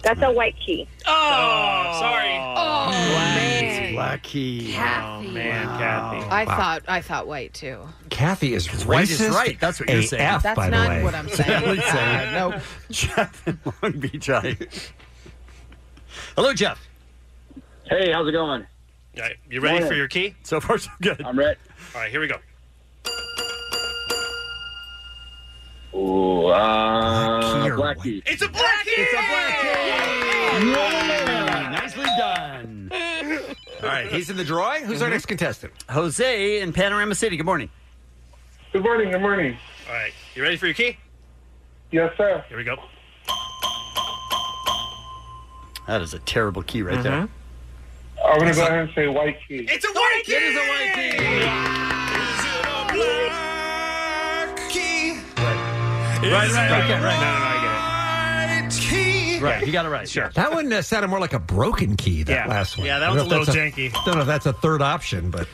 that's a white key. Oh, sorry. Oh, man. Black Key. Kathy. Oh, man, Kathy. I Wow. thought I thought white too. Kathy is racist. white is right. That's what you're saying. AF, That's by not the way. what I'm saying. Uh, no. Jeff in Long Beach. I. Hello, Jeff. Hey, how's it going? All right, you ready for your key? So far, so good. I'm ready. All right, here we go. Ooh, uh, Key or Black what? Key. It's a black key. It's a black key. Nicely done. All right. He's in the drawing. Who's our next contestant? Mm-hmm. Jose in Panorama City. Good morning. Good morning. Good morning. All right, you ready for your key? Yes, sir. Here we go. That is a terrible key right there. Mm-hmm. I'm going to go ahead and say white key. It's a white key. It is a white key. Right, right, right, okay, right. Right, you got it right. Sure. That one uh, sounded more like a broken key. That Yeah. last one. Yeah, that I don't one's a know if little that's I don't know if that's a third option, but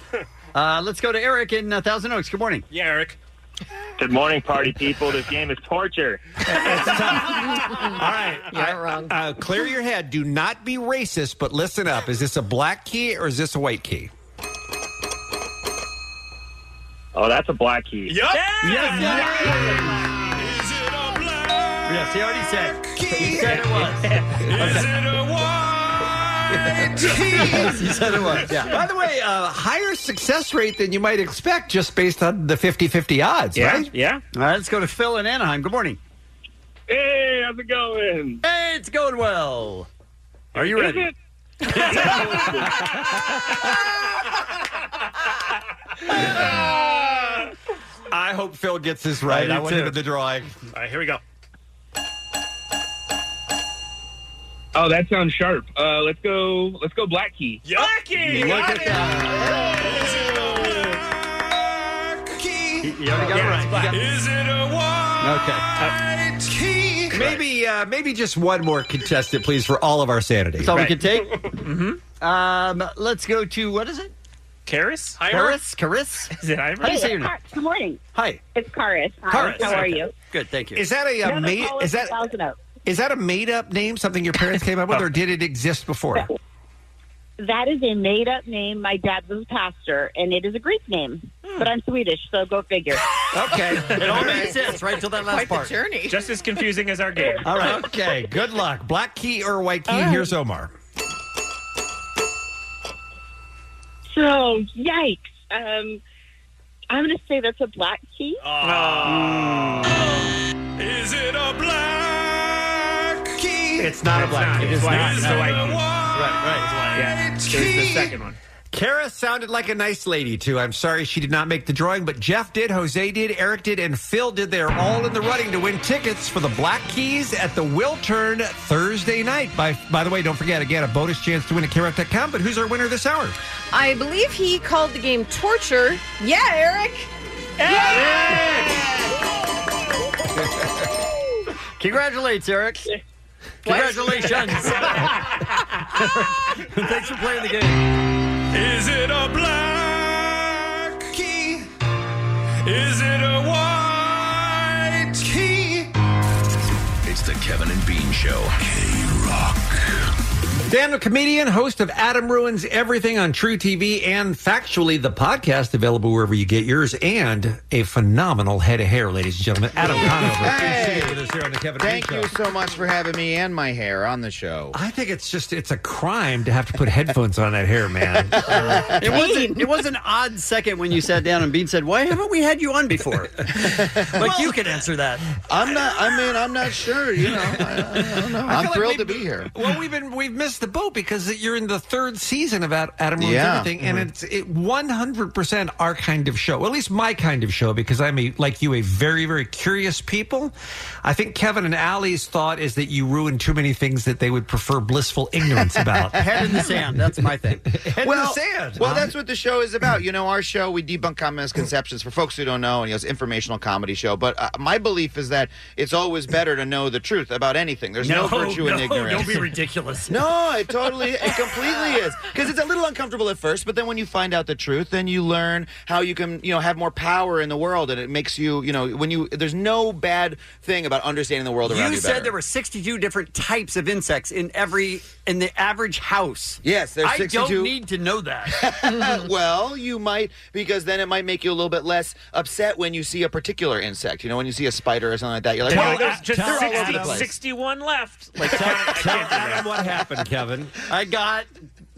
Uh, let's go to Eric in uh, Thousand Oaks. Good morning. Yeah, Eric. Good morning, party people. This game is torture. All right. You're wrong. Uh, clear your head. Do not be racist, but listen up. Is this a black key or is this a white key? Oh, that's a black key. Yup. Yes, Yes, he already said. He said it was. Is it a white Yes, he said it was. Yeah. By the way, uh, higher success rate than you might expect just based on the 50 50 odds, Yeah, right? Yeah. All right, let's go to Phil in Anaheim. Good morning. Hey, how's it going? Hey, it's going well. Are you Is ready? it? I hope Phil gets this right. I, do went too. into the drawing. All right, here we go. Oh, that sounds sharp. Uh, let's go. Let's go, Black Key. Black key. Look Got at it. You already got it right. You got- Is it a Okay. Maybe, uh, maybe just one more contestant, please, for all of our sanity. That's all we can take. mm-hmm. um, let's go to what is it? Karis? Karis? Karis? Is it Ira? How do you say your name? Good morning. Hi. It's Karis. Hi, Karis. How are Okay. you? Good, thank you. Is that a uh, made? Is that oh. is that a made up name? Something your parents came up with, or did it exist before? That is a made up name. My dad was a pastor, and it is a Greek name, but I'm Swedish, so go figure. Oh. Okay. It all makes sense right till that last part. journey. Just as confusing as our game. All right. Okay. Good luck. Black key or white key? All right. Here's Omar. So, Oh, yikes. Um, I'm going to say that's a black key. Ah. Is it a black key? It's not a black key. It's white. not. It's No. a white key. Right. Yeah. It was the second one. Kara sounded like a nice lady too. I'm sorry she did not make the drawing, but Jeff did, Jose did, Eric did, and Phil did. They're all in the running to win tickets for the Black Keys at the Will Turn Thursday night. By by the way, don't forget again a bonus chance to win at Kara.com. But who's our winner this hour? I believe he called the game torture. Yeah, Eric. Congratulations, Eric. Congratulations. Thanks for playing the game. Is it a black key? Is it a white key? It's the Kevin and Bean Show. K Rock. Stand-up comedian, host of Adam Ruins Everything on True TV and Factually, the podcast available wherever you get yours, and a phenomenal head of hair, ladies and gentlemen. Adam Conover. Thank you so much for having me and my hair on the show. I think it's just it's a crime to have to put headphones on that hair, man. It was, an, it was an odd second when you sat down and Bean said, Why haven't we had you on before? like, you could answer that. I'm not. I mean, I'm not sure. You know, I, I don't know. I I'm feel like thrilled we've- to be here. Well, we've been we've missed missed the boat because you're in the third season of Ad- Adam Ruins Yeah. Everything, Mhm. Mm-hmm. and it's it 100% our kind of show, at least my kind of show, because I'm a, like you, a very, very curious people. I think Kevin and Allie's thought is that you ruin too many things that they would prefer blissful ignorance about. Head in the sand, that's my thing. Head in the sand. Well, that's what the show is about. You know, our show we debunk common misconceptions for folks who don't know, and you know, it's an informational comedy show. But uh, my belief is that it's always better to know the truth about anything. There's no, virtue in ignorance. Don't be ridiculous. No, it totally, it completely is. Because it's a little uncomfortable at first, but then when you find out the truth, then you learn how you can, you know, have more power in the world, and it makes you, you know, when you, there's no bad thing about understanding the world around you. You said better. there were 62 different types of insects in every in the average house. Yes, there's I 62. don't need to know that. well, you might because then it might make you a little bit less upset when you see a particular insect. You know, when you see a spider or something like that, you're like, Well, well, there's just they're all over 60 the place. 61 left. Like, what happened, Kevin? I got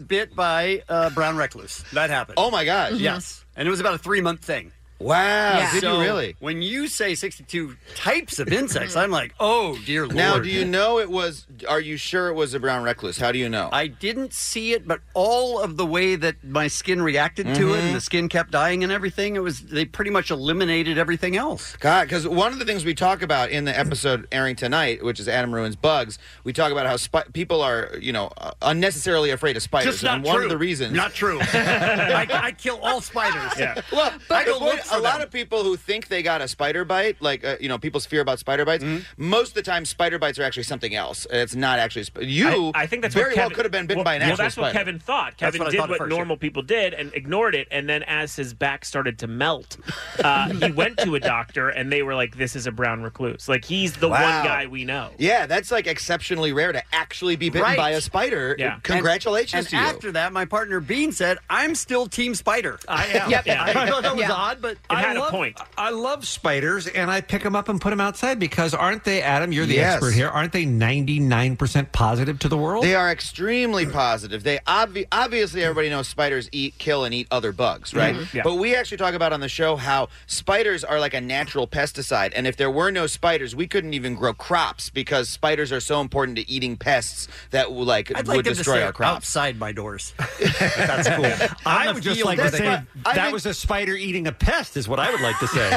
bit by a brown recluse. That happened. Oh, my gosh. Mhm. Yes, and it was about a three month thing. Wow, Yeah. did you So, really? When you say 62 types of insects, I'm like, oh dear lord. Now, do you know it was? Are you sure it was a brown recluse? How do you know? I didn't see it, but all of the way that my skin reacted to it, and Mm-hmm. the skin kept dying and everything, it was they pretty much eliminated everything else. God, because one of the things we talk about in the episode airing tonight, which is Adam ruins bugs, we talk about how spi- people are, you know, uh, unnecessarily afraid of spiders. Just not and one true. of the reasons, Not true. I, I kill all spiders. Well, I but go look a lot of people who think they got a spider bite, like uh, you know, people's fear about spider bites. Mm-hmm. Most of the time, spider bites are actually something else. It's not actually sp- you. I, I think that's very what well Kevin- could have been bitten well, by an well, actual that's spider. what Kevin thought. That's Kevin what I did thought at what first, normal people did and ignored it. And then, as his back started to melt, uh, he went to a doctor, and they were like, "This is a brown recluse. Like he's the Wow. one guy we know." Yeah, that's like exceptionally rare to actually be bitten Right. by a spider. Yeah. Congratulations And, to you. after that, my partner Bean said, "I'm still Team Spider." I am. Yep. Yep. Yeah. I thought that was Yeah. odd, but I I love- love- I love spiders, and I pick them up and put them outside because aren't they, Adam? You're the Yes. expert here. Aren't they 99% positive to the world? They are extremely positive. They obvi- obviously everybody knows spiders eat, kill, and eat other bugs, right? Mhm. Yeah. But we actually talk about on the show how spiders are like a natural pesticide, and if there were no spiders, we couldn't even grow crops because spiders are so important to eating pests that like I'd would like them to Oh. destroy stay our crops. outside my doors. That's cool. I On would the just field, like to that's say what- I that think- was a spider eating a pest, is what I would like to say.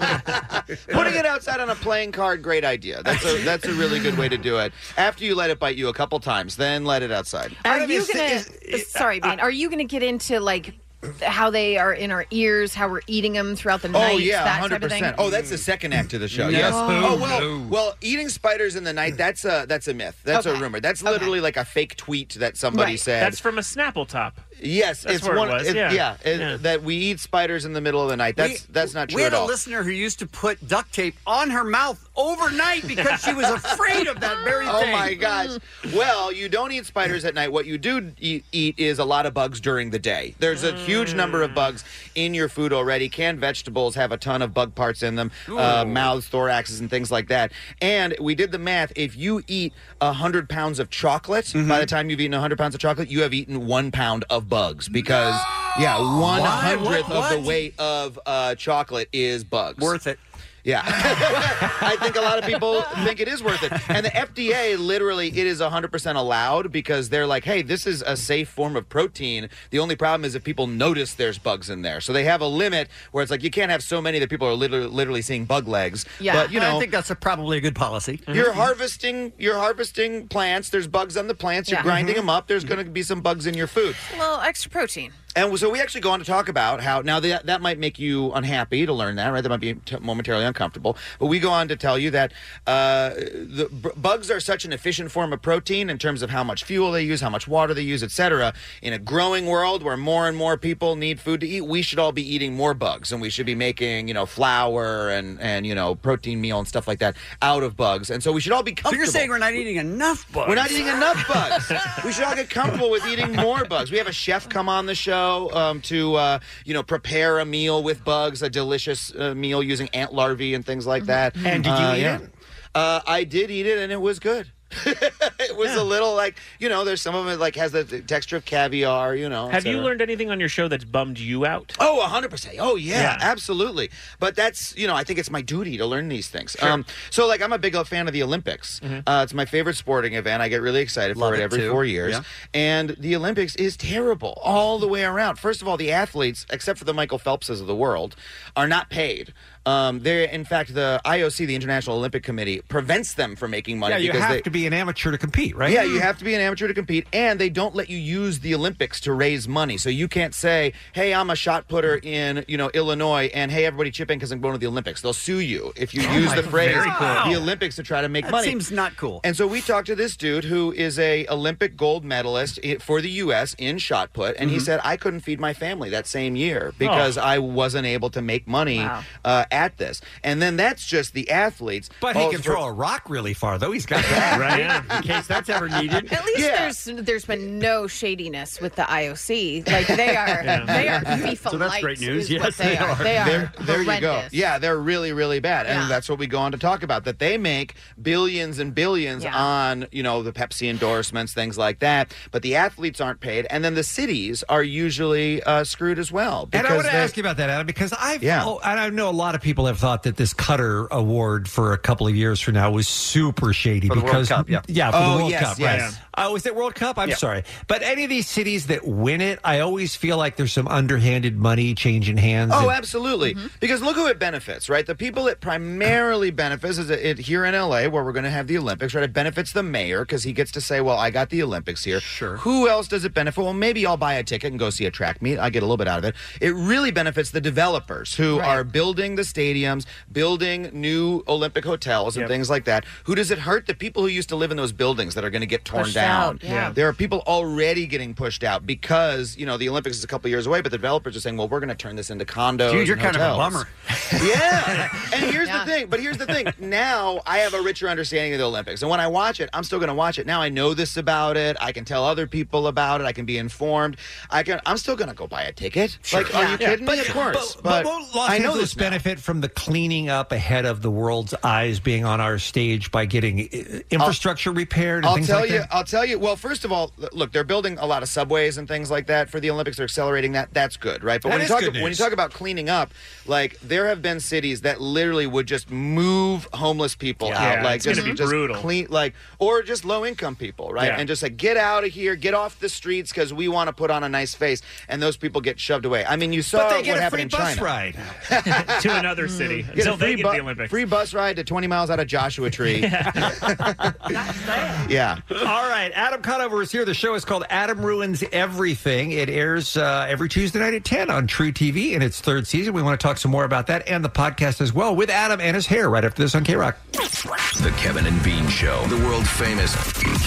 Putting it outside on a playing card, great idea. That's a that's a really good way to do it. After you let it bite you a couple times, then let it outside. Are you gonna? Uh, sorry, uh, Bean. Are you gonna get into like how they are in our ears, how we're eating them throughout the night? Oh yeah, that hundred type of thing. percent. Oh, that's the second act of the show. No. Yes. Oh well, No. well, eating spiders in the night—that's a—that's a myth. That's Okay. a rumor. That's literally like a fake tweet that somebody said. That's from a Snapple top. yes, that's it's where one. it was. it- yeah, it- that we eat spiders in the middle of the night. That's that's not true we had at all. a listener who used to put duct tape on her mouth overnight because she was afraid of that very Oh thing. Mm. my Mm. gosh! Well, you don't eat spiders at night. What you do eat, eat is a lot of bugs during the day. There's a huge number of bugs in your food already. Canned vegetables have a ton of bug parts in them, uh, mouths, thoraxes, and things like that. And we did the math. If you eat hundred pounds of chocolate, Mm-hmm. by the time you've eaten hundred pounds of chocolate, you have eaten one pound of bugs because yeah, one hundredth What? of the weight of uh, chocolate is bugs. Worth it. Yeah. I think a lot of people think it is worth it. And the FDA literally it is 100% allowed because they're like, "Hey, this is a safe form of protein. The only problem is if people notice there's bugs in there." So they have a limit where it's like you can't have so many that people are literally, literally seeing bug legs. But, you know, I think Mm-hmm. that's a, probably a good policy. you're harvesting you're harvesting plants, there's bugs on the plants, you're Yeah. grinding Mm-hmm. them up, there's going to be some bugs in your food. A little extra protein. And so we actually go on to talk about how now that that might make you unhappy to learn that, right? That might be t- momentarily uncomfortable. But we go on to tell you that uh, the b- bugs are such an efficient form of protein in terms of how much fuel they use, how much water they use, etc. In a growing world where more and more people need food to eat, we should all be eating more bugs, and we should be making you know flour and and you know protein meal and stuff like that out of bugs. And so we should all be So comfortable. Oh, you're saying we're not eating enough bugs? We're not eating enough bugs. we should all get comfortable with eating more bugs. We have a chef come on the show um, to, uh, you know, prepare a meal with bugs, a delicious uh, meal using ant larvae and things like that. And did you Uh, eat yeah. it? Uh, I did eat it, and it was good. it was a little like you know. There's some of it like has the texture of caviar. You know. et Have you cetera. learned anything on your show that's bummed you out? Oh, 100%. Oh, yeah, Yeah. absolutely. But that's, you know, I think it's my duty to learn these things. Um, Sure. so, like, I'm a big uh, fan of the Olympics. Mhm. Uh, it's my favorite sporting event. I get really excited Love for it, it, every too. four years. Yeah. And the Olympics is terrible all the way around. First of all, the athletes, except for the Michael Phelpses of the world, are not paid. Um, they're, in fact, the IOC, the International Olympic Committee, prevents them from making money yeah, you because have they, to be an amateur to compete, right? Mm-hmm. yeah, you have to be an amateur to compete, and they don't let you use the Olympics to raise money. So you can't say, "Hey, I'm a shot putter in you know Illinois," and "Hey, everybody chip in because I'm going to the Olympics." They'll sue you if you use the phrase very cool. "the Olympics" to try to make That money. seems not cool. And so we talked to this dude who is a Olympic gold medalist i- for the U.S. in shot put, and he Mhm. said, "I couldn't feed my family that same year because Oh. I wasn't able to make money Wow. uh, at this." And then that's just the athletes. Oh, But he Both can for- throw a rock really far, though. He's got that Right? Yeah, in case that's ever needed. At least Yeah. there's there's been no shadiness with the IOC. Like they are they are FIFA lights is what they are. They are There, there you go. horrendous. Yeah, they're really, really bad, and Yeah. that's what we go on to talk about. That they make billions and billions Yeah. on you know the Pepsi endorsements, things like that. But the athletes aren't paid, and then the cities are usually uh, screwed as well. And I want to they- ask you about that, Adam, because I've Yeah. oh, and I know a lot of people have thought that this Cutter Award for a couple of years from now was super shady For the World because Cup, yeah. for Oh, the World yes, Cup, yes. right? Oh, is it World Cup? I'm Yeah. sorry, but any of these cities that win it, I always feel like there's some underhanded money changing hands. Oh, and- absolutely. Because look who it benefits, right? The people it primarily benefits is it, it- here in LA, where we're going to have the Olympics, right? It benefits the mayor because he gets to say, "Well, I got the Olympics here." Sure. Who else does it benefit? Well, maybe I'll buy a ticket and go see a track meet. I get a little bit out of it. It really benefits the developers who are building the stadiums, building new Olympic hotels and Yep. things like that. Who does it hurt? The people who used to live in those buildings that are going to get torn Pushed down. out, yeah. There are people already getting pushed out because you know the Olympics is a couple years away, but the developers are saying, "Well, we're going to turn this into condos." Dude, you're and kind of a hotels." bummer. yeah. And here's the thing. But here's the thing. Now I have a richer understanding of the Olympics, and when I watch it, I'm still going to watch it. Now I know this about it. I can tell other people about it. I can be informed. I can. I'm still going to go buy a ticket. Like, are you kidding me? Of course. But, but won't Los I know Angeles this now. benefit from the cleaning up ahead of the world's eyes being on our stage by getting uh, infrastructure repaired and I'll things tell like you. that? I'll tell you. Well, first of all, l- look, they're building a lot of subways and things like that for the Olympics. They're accelerating that. That's good, right? But That when you is talk good when you news. talk about cleaning up, like there have been cities that literally would just move homeless people Yeah. out, Yeah, like it's just, gonna be just brutal. clean, like or just low income people, right? Yeah. And just like get out of here, get off the streets because we want to put on a nice face, and those people get shoved away. I mean, you saw But they get what a happened free in bus China. ride. to another city Get a until they free get bu- the Olympics. Free bus ride to 20 miles out of Joshua Tree. yeah. All right, Adam Conover is here. The show is called Adam Ruins Everything. It airs uh, every Tuesday night at 10 on True TV in its third season. We want to talk some more about that and the podcast as well with Adam and his hair right after this on K Rock. The Kevin and Bean Show, the world famous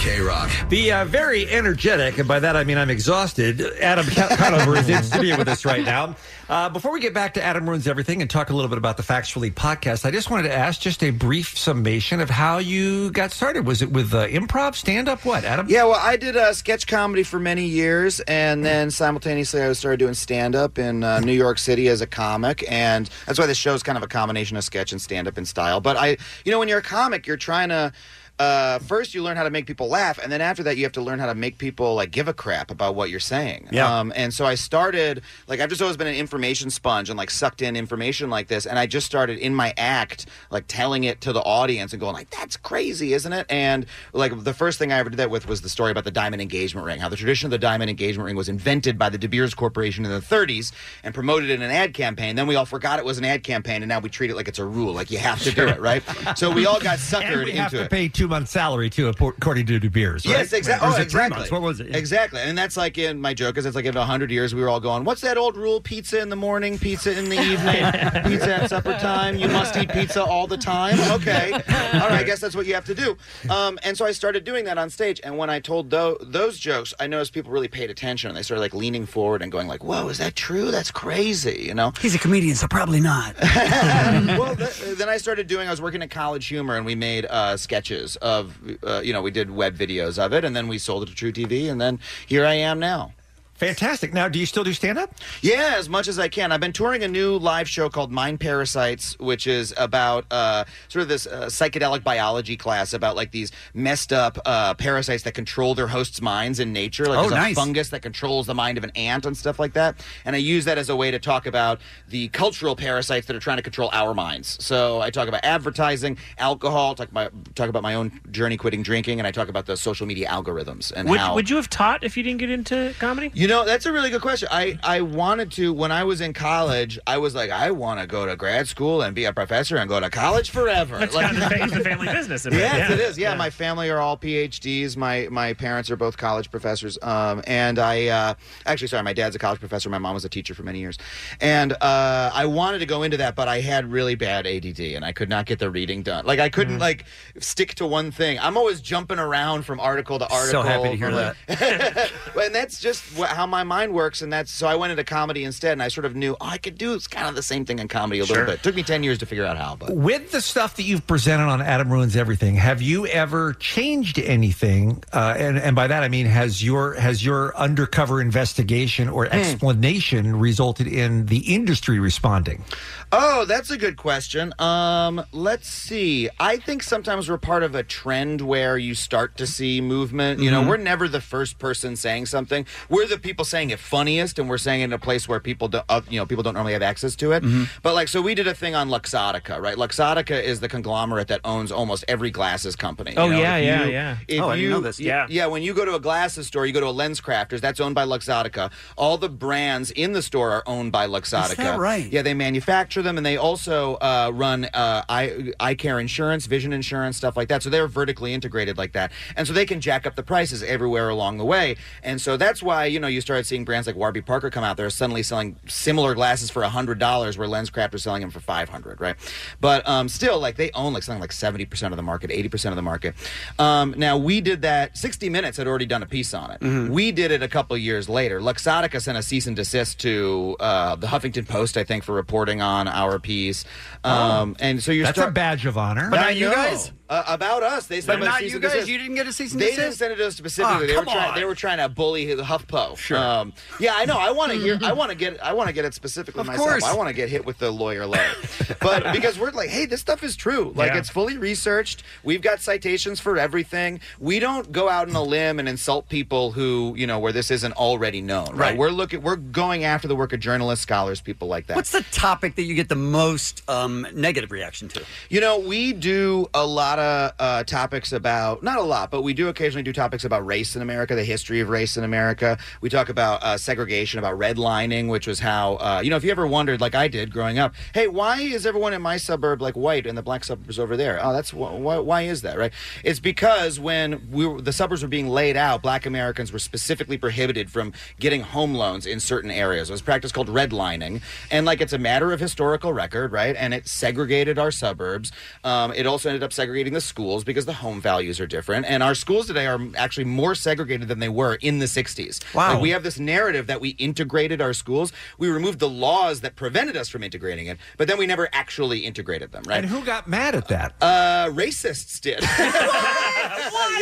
K Rock. The uh, very energetic, and by that I mean I'm exhausted, Adam Ca- Conover is in studio with us right now. Uh, before we get back to Adam Ruins Everything and talk a little bit about the Factually podcast, I just wanted to ask just a brief summation of how you got started. Was it with uh, improv, stand up, what, Adam? Yeah, well, I did uh, sketch comedy for many years, and then simultaneously, I started doing stand up in uh, New York City as a comic, and that's why this show is kind of a combination of sketch and stand up in style. But I, you know, when you're a comic, you're trying to. Uh, first, you learn how to make people laugh, and then after that, you have to learn how to make people like give a crap about what you're saying. Yeah. Um, and so I started like I've just always been an information sponge and like sucked in information like this, and I just started in my act like telling it to the audience and going like that's crazy, isn't it? And like the first thing I ever did that with was the story about the diamond engagement ring, how the tradition of the diamond engagement ring was invented by the De Beers Corporation in the 30s and promoted in an ad campaign. Then we all forgot it was an ad campaign, and now we treat it like it's a rule, like you have to do it, right? So we all got suckered and we into have to it. pay two months' salary too, according to De Beers. Right? Yes, exactly. Or is Oh, it three exactly. months? What was it? Yeah. Exactly. And that's like in my joke is it's like in 100 years we were all going, what's that old rule? Pizza in the morning, pizza in the evening, pizza at supper time. You must eat pizza all the time. Okay. All right. I guess that's what you have to do. Um, and so I started doing that on stage. And when I told tho- those jokes, I noticed people really paid attention and they started like leaning forward and going like, whoa, is that true? That's crazy. You know? He's a comedian, so probably not. well, th- then I started doing. I was working at College Humor, and we made uh, sketches of, uh, you know, we did web videos of it, and then we sold it to True TV, and then here I am now. Fantastic. Now, do you still do stand up? Yeah, as much as I can. I've been touring a new live show called Mind Parasites, which is about uh, sort of this uh, psychedelic biology class about like these messed up uh, parasites that control their host's minds in nature. Like Oh, there's nice. a fungus that controls the mind of an ant and stuff like that. And I use that as a way to talk about the cultural parasites that are trying to control our minds. So I talk about advertising, alcohol, talk about, talk about my own journey quitting drinking, and I talk about the social media algorithms and would, how. would you have taught if you didn't get into comedy? You know, that's a really good question. I, I wanted to, when I was in college, I was like, I want to go to grad school and be a professor and go to college forever. That's Like- kind of the, it's the family business. a bit, Yes, it is. Yeah, my family are all PhDs. My my parents are both college professors. Um, and I uh, actually, sorry, my dad's a college professor. My mom was a teacher for many years. And uh, I wanted to go into that, but I had really bad ADD, and I could not get the reading done. Like I couldn't like stick to one thing. I'm always jumping around from article to So article. happy to hear from, like, that. and that's just wh- how my mind works. And that's so I went into comedy instead, and I sort of knew oh, I could do it's kind of the same thing in comedy a Sure. little bit. took me ten years to figure out how, but. With the stuff that you've presented on Adam Ruins Everything, have you ever changed anything? Uh, and, and by that I mean, has your has your undercover investigation or Hmm. explanation resulted in the industry responding? Oh, that's a good question. Um, let's see. I think sometimes we're part of a trend where you start to see movement. You know, Mhm. we're never the first person saying something. We're the people saying it funniest, and we're saying it in a place where people don't, uh, you know, people don't normally have access to it. Mhm. But like, so we did a thing on Luxottica, right? Luxottica is the conglomerate that owns almost every glasses company. Oh, you know? yeah, If yeah, you- yeah. If Oh, I you, didn't know this. Yeah. Yeah, when you go to a glasses store, you go to a Lens Crafters, that's owned by Luxottica. All the brands in the store are owned by Luxottica. Is that right? Yeah, they manufacture them and they also uh, run uh, eye, eye care insurance, vision insurance, stuff like that. So they're vertically integrated like that. And so they can jack up the prices everywhere along the way. And so that's why, you know, you started seeing brands like Warby Parker come out there suddenly selling similar glasses for $100 where LensCraft is selling them for 500 right? But um, still, like they own like something like 70% of the market, 80% of the market. Um, now we did that, 60 Minutes had already done a piece on it. Mhm. We did it a couple years later. Luxottica sent a cease and desist to uh, the Huffington Post, I think, for reporting on our piece. Oh. Um, and so you're That's a badge of honor. I know. Uh, about us. They But sent not a cease you and guys. desist. You didn't get a cease and They desist? didn't send it to us specifically. Oh, they were come trying. on. They were trying to bully the HuffPo. Ah, Sure. Um, yeah, I know. I want to hear. I want to get. I want to get it specifically Of myself. course. I want to get hit with the lawyer letter, but because we're like, hey, this stuff is true. Like Yeah. it's fully researched. We've got citations for everything. We don't go out on a limb and insult people who you know where this isn't already known. Right. Right. We're looking. We're going after the work of journalists, scholars, people like that. What's the topic that you get the most um, negative reaction to? You know, we do a lot of uh, topics about, not a lot, but we do occasionally do topics about race in America, the history of race in America. We talk about uh, segregation, about redlining, which was how, uh, you know, if you ever wondered, like I did growing up, hey, why is everyone in my suburb like white and the black suburbs over there? Oh, that's wh- why, why is that, right? It's because when we were, the suburbs were being laid out, black Americans were specifically prohibited from getting home loans in certain areas. It was a practice called redlining. And like it's a matter of historical record, right? And it segregated our suburbs. Um, it also ended up segregating the schools because the home values are different. And our schools today are actually more segregated than they were in the 60s. Wow. Like, we have this narrative that we integrated our schools. We removed the laws that prevented us from integrating it, but then we never actually integrated them, right? And who got mad at that? Uh, racists did.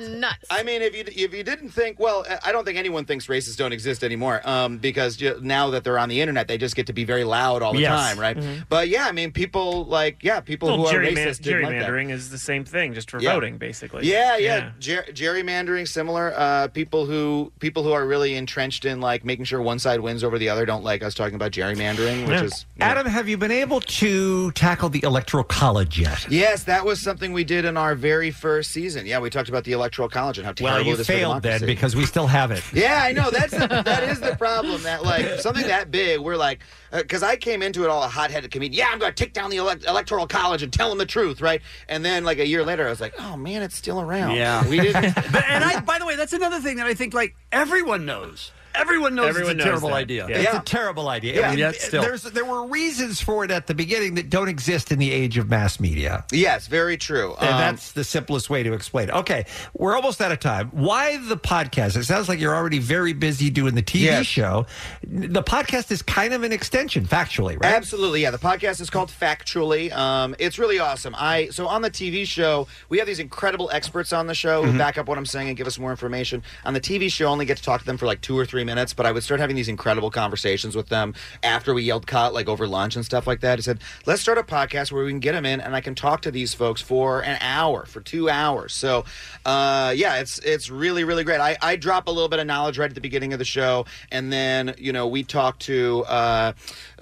nuts. I mean, if you if you didn't think, well, I- I don't think anyone thinks racists don't exist anymore, um, because ju- now that they're on the internet, they just get to be very loud all the Yes. time, right? Mhm. But yeah, I mean, people like yeah, people Well, who are gerryman- racist didn't like that. gerrymandering is the same thing, just for Yeah. voting, basically. Yeah, yeah, Ger- gerrymandering, similar. Uh, people who people who are really entrenched in like making sure one side wins over the other don't like us talking about gerrymandering, which Yeah. is Adam, have you been able to tackle the electoral college yet? Yes, that was something we did in our very first season. Yeah, we talked about the electoral college and how terrible Well, you this failed democracy. then because we still have it. Yeah, I know. That's the, that is the problem. That like something that big, we're like, because I came into it all a hot-headed comedian. Yeah, I'm going to take down the elect- electoral college and tell them the truth, right? And then like a year later, I was like, oh man, it's still around. Yeah. we didn't. But, and I, by the way, that's another thing that I think like everyone knows. Everyone knows Everyone it's knows a terrible that. idea. Yeah. It's Yeah. a terrible idea. Yeah. And And still. There's, there were reasons for it at the beginning that don't exist in the age of mass media. Yes, very true. And Um, that's the simplest way to explain it. Okay, we're almost out of time. Why the podcast? It sounds like you're already very busy doing the TV show. The podcast is kind of an extension, factually, right? Absolutely, yeah. The podcast is called Factually. Um, it's really awesome. I so on the TV show, we have these incredible experts on the show Mm-hmm. who back up what I'm saying and give us more information. On the TV show, I only get to talk to them for like two or three minutes, but I would start having these incredible conversations with them after we yelled cut, like over lunch and stuff like that. I said, let's start a podcast where we can get them in and I can talk to these folks for an hour, for two hours. So, uh, yeah, it's it's really really great. I, I drop a little bit of knowledge right at the beginning of the show, and then you know we talk to uh,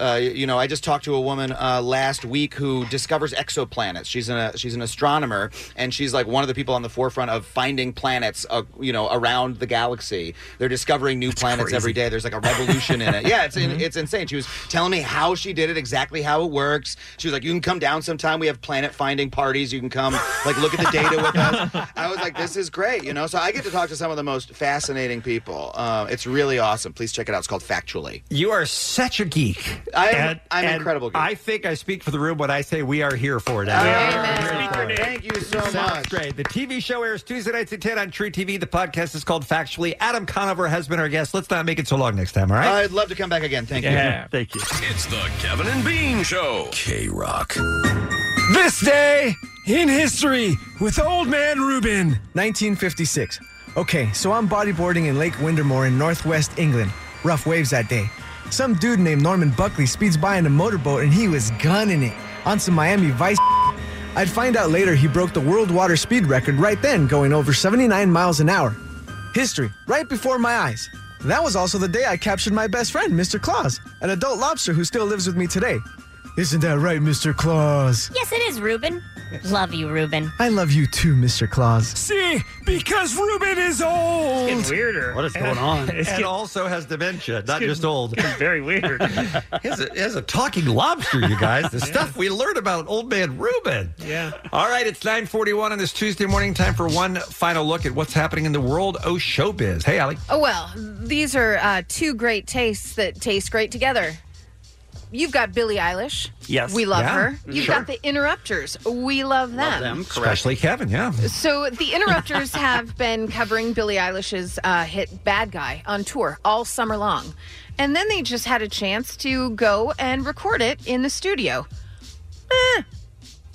uh, you know I just talked to a woman uh, last week who discovers exoplanets. She's an she's an astronomer, and she's like one of the people on the forefront of finding planets, uh, you know, around the galaxy. They're discovering new planets every day. There's like a revolution in it. Yeah, it's in, it's insane. She was telling me how she did it, exactly how it works. She was like, "You can come down sometime. We have planet finding parties. You can come like look at the data with us." I was like, "This is great," you know. So I get to talk to some of the most fascinating people. Uh, it's really awesome. Please check it out. It's called Factually. You are such a geek. I am- I'm incredible geek. I think I speak for the room when I say we are here for it. Adam. Thank you so Sounds much. great. The TV show airs Tuesday nights at 10 on True TV. The podcast is called Factually. Adam Conover has been our guest. Let's not make it so long next time, all right? I'd love to come back again. Thank Yeah. you. Thank you. It's the Kevin and Bean Show. K Rock. This day in history with Old Man Rubin. 1956. Okay, so I'm bodyboarding in Lake Windermere in northwest England. Rough waves that day. Some dude named Norman Buckley speeds by in a motorboat and he was gunning it on some Miami Vice. I'd find out later he broke the world water speed record right then, going over 79 miles an hour. History, right before my eyes. That was also the day I captured my best friend, Mr. Claus, an adult lobster who still lives with me today. Isn't that right, Mr. Claus? Yes, it is, Ruben. Love you, Ruben. I love you too, Mr. Claus. See, because Ruben is old. It's getting weirder. What is going on? It's and getting- also has dementia, not getting- just old. very weird. he, has a, he has a talking lobster, you guys. The stuff we learned about old man Ruben. Yeah. All right, it's 941 on this Tuesday morning. Time for one final look at what's happening in the world of showbiz. Hey, Allie. Oh, well, these are uh, two great tastes that taste great together. You've got Billie Eilish. Yes. We love Yeah, her. You've sure. got The Interrupters. We love them. Especially Kevin, yeah. So the Interrupters have been covering Billie Eilish's uh, hit "Bad Guy" on tour all summer long, and then they just had a chance to go and record it in the studio. Eh,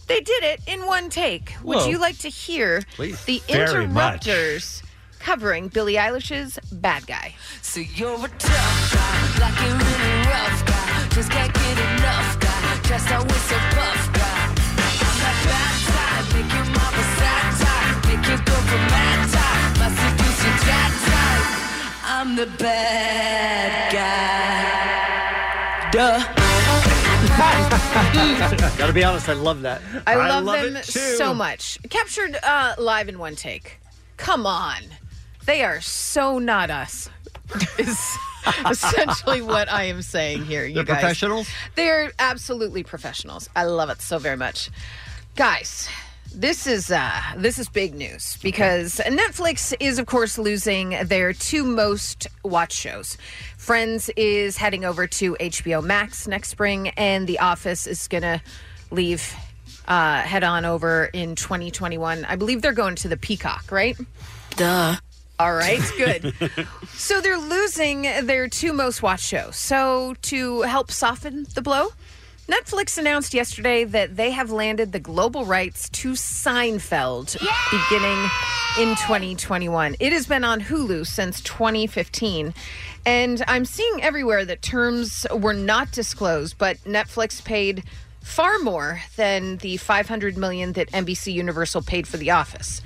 they did it in one take. Would Whoa. you like to hear Please. the Very much. Interrupters covering Billie Eilish's "Bad Guy"? So you're a tough guy, like a really rough guy. Just can't get enough guy, just always so buff guy. I'm that bad type, make your mama sad type. Make your girlfriend mad type, my seducing dad type. I'm the bad guy. Duh. Gotta be honest, I love that. I love, them so much. Captured uh, live in one take. Come on. They are so not us, is essentially what I am saying here, you They're guys. professionals? They're absolutely professionals. I love it so very much. Guys. This is uh, this is big news because Netflix is of course losing their two most watched shows. Friends is heading over to HBO Max next spring, and The Office is gonna leave uh, head on over in 2021. I believe they're going to the Peacock, right? Duh. All right, good. so they're losing their two most watched shows. So to help soften the blow, Netflix announced yesterday that they have landed the global rights to Seinfeld beginning in 2021. It has been on Hulu since 2015. And I'm seeing everywhere that terms were not disclosed, but Netflix paid far more than the 500 million that NBC Universal paid for The Office.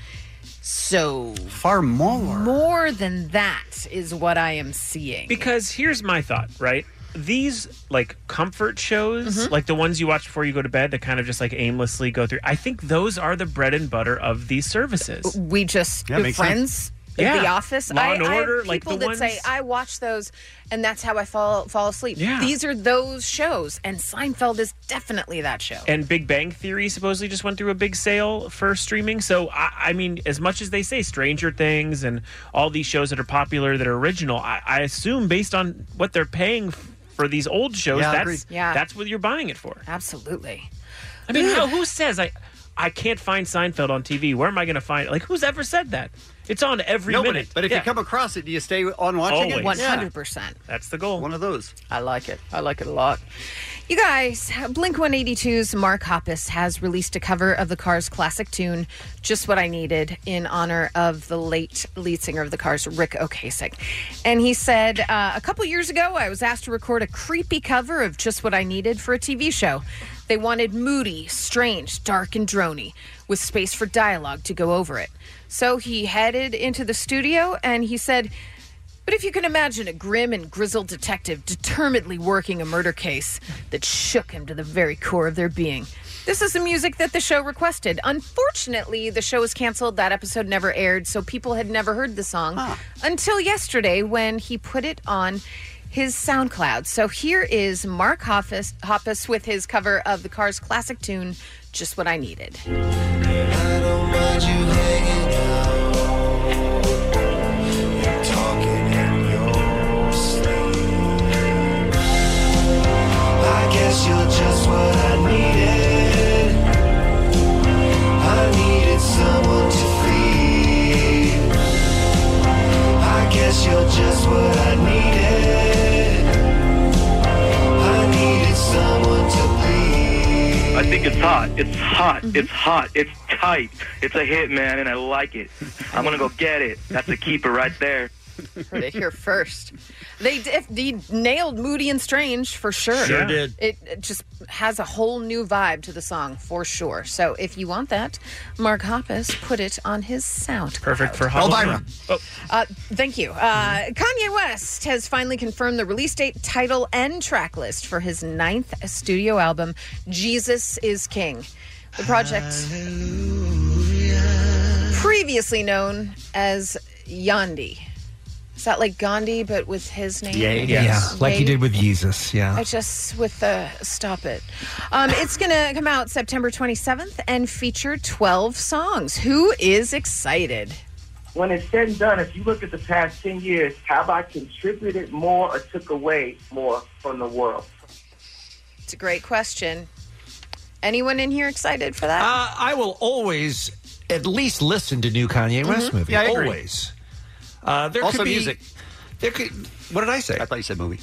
So far more. More than that is what I am seeing. Because here's my thought, right? These like comfort shows, Mhm. like the ones you watch before you go to bed that kind of just like aimlessly go through. I think those are the bread and butter of these services. Uh, We just Yeah, makes friends Like Yeah. The Office. Law I, and I have Order, like the people that say ones- I watch those, and that's how I fall fall asleep. Yeah. These are those shows, and Seinfeld is definitely that show. And Big Bang Theory supposedly just went through a big sale for streaming. So I, I mean, as much as they say Stranger Things and all these shows that are popular that are original, I, I assume based on what they're paying f- for these old shows, Yeah, I agree. that's Yeah. that's what you're buying it for. Absolutely. I mean, how, who says I I can't find Seinfeld on TV? Where am I going to find it? Like, who's ever said that? It's on every Nobody. minute. But if you come across it, do you stay on watching it? One hundred percent. That's the goal. One of those. I like it. I like it a lot. You guys, Blink 182's Mark Hoppus has released a cover of the Cars classic tune, Just What I Needed, in honor of the late lead singer of the Cars, Rick Ocasek. And he said, uh, A couple years ago, I was asked to record a creepy cover of Just What I Needed for a TV show. They wanted moody, strange, dark, and drony, with space for dialogue to go over it. So he headed into the studio and he said, but if you can imagine a grim and grizzled detective determinedly working a murder case that shook him to the very core of their being. This is the music that the show requested. Unfortunately, the show was canceled. That episode never aired, so people had never heard the song until yesterday when he put it on his SoundCloud. So here is Mark Hoppus, Hoppus with his cover of the Cars classic tune, Just What I Needed. I guess you're just what I needed. I needed someone to feed. I guess you're just what I needed. I needed someone to bleed. I think it's hot. It's hot. It's hot. It's tight. It's a hit, man, and I like it. I'm gonna go get it. That's a keeper right there. Heard it here first. They, d- if they nailed Moody and Strange for sure. Sure did. It, it just has a whole new vibe to the song for sure. So if you want that, Mark Hoppus put it on his sound. Perfect for Halloween. Elvira. Uh, thank you. Uh, Kanye West has finally confirmed the release date, title, and track list for his ninth studio album, Jesus is King. The project, previously known as Yandi. Is that like Gandhi, but with his name? Yeah, like you Ye- did with Jesus. Yeah. I just with the stop it. Um, it's going to come out September 27th and feature 12 songs. Who is excited? when it's said and done, if you look at the past 10 years, have I contributed more or took away more from the world? It's a great question. Anyone in here excited for that? Uh, I will always at least listen to new Kanye West Mhm. movie. Yeah, I agree. always. Uh, there Also could be, music. There could. What did I say? I thought you said movie.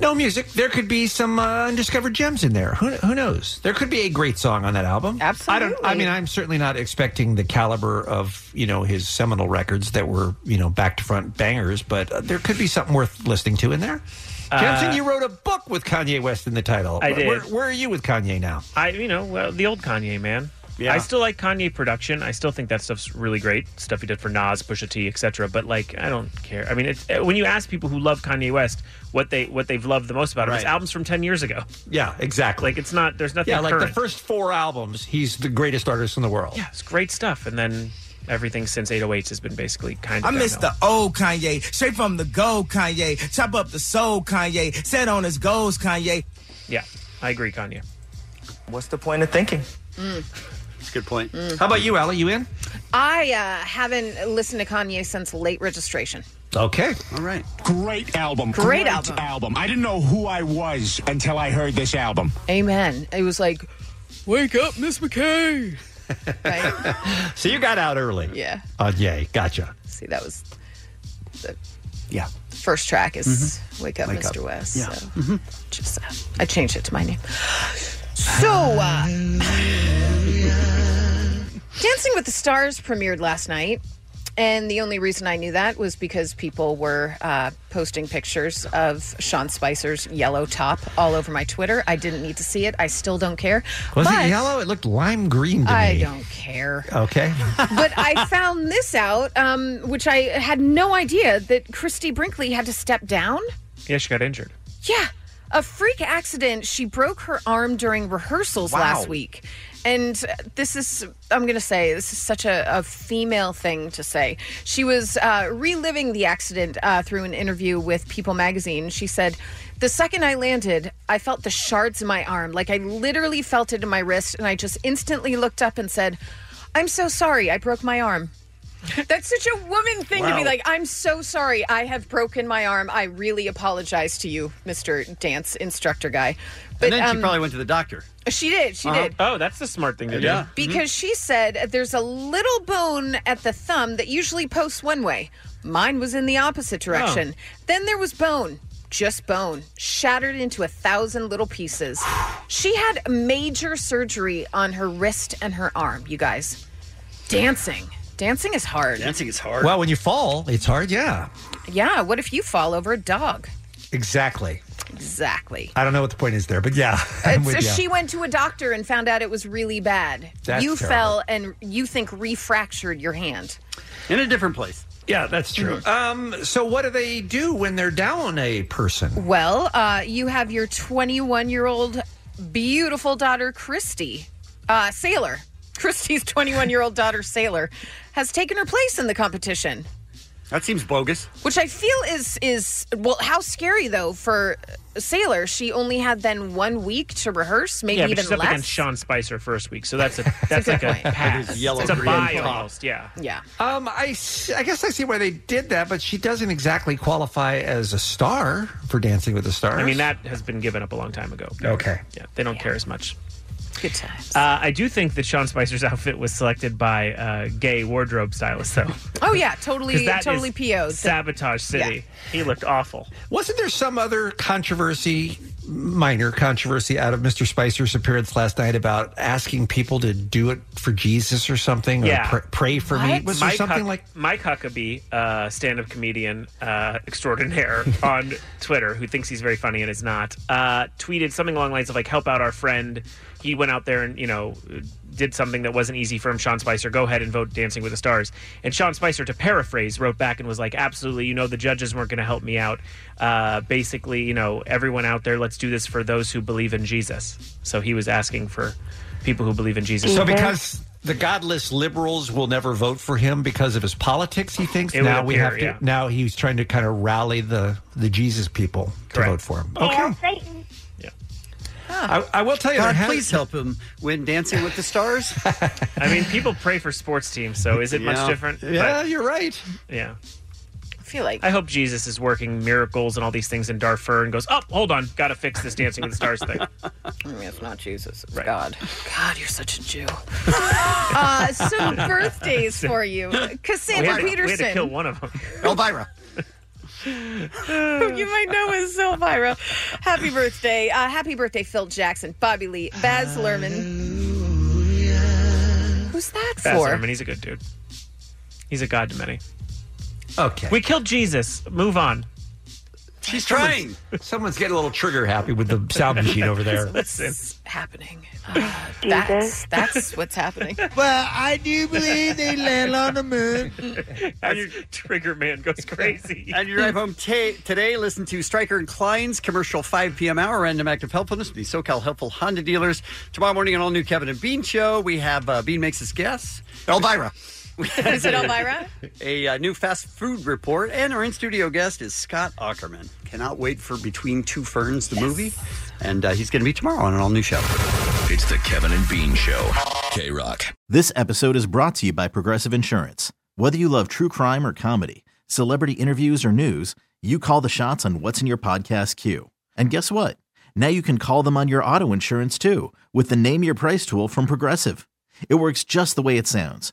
No music. There could be some uh, undiscovered gems in there. Who, who knows? There could be a great song on that album. Absolutely. I don't. I mean, I'm certainly not expecting the caliber of you know his seminal records that were you know back to front bangers, but uh, there could be something worth listening to in there. Uh, Jensen, you wrote a book with Kanye West in the title. I did. Where, where are you with Kanye now? I, you know, well, the old Kanye man. Yeah. I still like Kanye production. I still think that stuff's really great. Stuff he did for Nas, Pusha T, etc. But like, I don't care. I mean, it's uh, when you ask people who love Kanye West what they what they've loved the most about him, it's Right. albums from ten years ago. Yeah, exactly. Like it's not. There's nothing. yeah, like the current. first four albums, he's the greatest artist in the world. Yeah, it's great stuff. And then everything since 808 has been basically kind of. I miss the old Kanye, straight from the gold Kanye, chop up the soul Kanye, set on his goals Kanye. Yeah, I agree, Kanye. What's the point of thinking? Mm. It's a good point. Mm. How about you, Allie? You in? I uh, haven't listened to Kanye since late registration. Okay. All right. Great album. Great album. I didn't know who I was until I heard this album. Amen. It was like, wake up, Miss McKay. So you got out early. Yeah. Uh, yay. Gotcha. See, that was the Yeah. Mm-hmm. first track is Wake Up, Wake Mr. Up. West. Yeah. Mm-hmm. So just, uh, I changed it to my name. So, uh, Dancing with the Stars premiered last night. And the only reason I knew that was because people were uh, posting pictures of Sean Spicer's yellow top all over my Twitter. I didn't need to see it. I still don't care. Was But it yellow? It looked lime green to I me. don't care Okay. but I found this out, um, which I had no idea that Christy Brinkley had to step down. Yeah, she got injured. Yeah, a freak accident. She broke her arm during rehearsals Wow. last week. and this is, I'm going to say, this is such a, a female thing to say. She was uh, reliving the accident uh, through an interview with People magazine. She said, The second I landed, I felt the shards in my arm. Like I literally felt it in my wrist, and I just instantly looked up and said, I'm so sorry, I broke my arm. That's such a woman thing to be Wow. like, I'm so sorry. I have broken my arm. I really apologize to you, Mr. Dance instructor guy. and then um, she probably went to the doctor. She did. She Uh-huh. did. Oh, that's the smart thing to do. Mm-hmm. Yeah. Mm-hmm. Because she said there's a little bone at the thumb that usually posts one way. Mine was in the opposite Oh. direction. Then there was bone, just bone, shattered into a thousand little pieces. she had major surgery on her wrist and her arm, you guys. Dancing. Dancing is hard. Dancing is hard. Well, when you fall, it's hard. Yeah, Yeah, what if you fall over a dog? exactly. Exactly. I don't know what the point is there, but yeah, I'm It's- with ya. she went to a doctor and found out it was really bad. That's you terrible. fell and you think refractured your hand. In a different place. Yeah, that's true. Mm-hmm. Um, so what do they do when they're down a person? Well, uh, you have your 21 year old beautiful daughter, Christy, uh, Sailor. Christy's 21 year old daughter, Sailor, has taken her place in the competition, That seems bogus. which I feel is, is well, how scary though for Sailor. She only had then one week to rehearse, maybe yeah, but even she's up less. against Sean Spicer first week, so that's a that's like a pass. That is yellow it's a green buy top. almost. Yeah. Yeah. Um, I, s- I guess I see why they did that, but she doesn't exactly qualify as a star for Dancing with the Stars. I mean, that has been given up a long time ago. Okay. Yeah, they don't care as much. Good times. Uh, I do think that Sean Spicer's outfit was selected by uh, gay wardrobe stylist, though. Oh, yeah, totally, 'Cause that totally is PO'd. Sabotage City. He looked awful. Wasn't there some other controversy, minor controversy, out of Mr. Spicer's appearance last night about asking people to do it for Jesus or something? Yeah. Or pr- pray for me? Was there Mike something Huck- like Mike Huckabee, uh, stand-up comedian uh, extraordinaire on Twitter, who thinks he's very funny and is not, uh, tweeted something along the lines of like, "Help out our friend." He went out there and you know did something that wasn't easy for him. Sean Spicer, go ahead and vote Dancing with the Stars. And Sean Spicer, to paraphrase, wrote back and was like, "Absolutely, you know the judges weren't going to help me out. Uh, basically, you know everyone out there, let's do this for those who believe in Jesus." So he was asking for people who believe in Jesus. So because the godless liberals will never vote for him because of his politics, he thinks It would now we appear, have to. yeah. Now he's trying to kind of rally the the Jesus people to vote for him. Okay. Satan. I, I will tell you, God, there has- please help him win Dancing with the Stars. I mean, people pray for sports teams, so is it Yeah. much different? Yeah, you're right. Yeah. I feel like I hope Jesus is working miracles and all these things in Darfur and goes, oh, hold on, got to fix this Dancing with the Stars thing. I mean, it's not Jesus, it's God. God, you're such a Jew. uh, so birthdays for you, we Cassandra had to, Peterson. We had to kill one of them. Elvira. you might know as Elvira. Happy birthday. Uh, happy birthday, Phil Jackson, Bobby Lee, Baz Luhrmann. Who's that Baz for? Luhrmann, he's a good dude. He's a god to many. Okay. We killed Jesus. Move on. She's trying. Someone's getting a little trigger happy with the sound machine over there. Listen. happening. Uh, that's, that's what's happening. Well, I do believe they land on the moon. And your trigger man goes crazy. On your drive home ta today, listen to Stryker and Klein's commercial 5 p.m. hour random act of helpfulness with the SoCal helpful Honda dealers. Tomorrow morning on all new Kevin and Bean show, we have uh, Bean makes his guess. Elvira. Is it Elvira? A uh, new fast food report, and our in studio guest is Scott Ackerman. Cannot wait for Between Two Ferns, the movie, and uh, he's going to be tomorrow on an all new show. It's the Kevin and Bean Show. K Rock. This episode is brought to you by Progressive Insurance. Whether you love true crime or comedy, celebrity interviews or news, you call the shots on what's in your podcast queue. And guess what? Now you can call them on your auto insurance too with the Name Your Price tool from Progressive. It works just the way it sounds.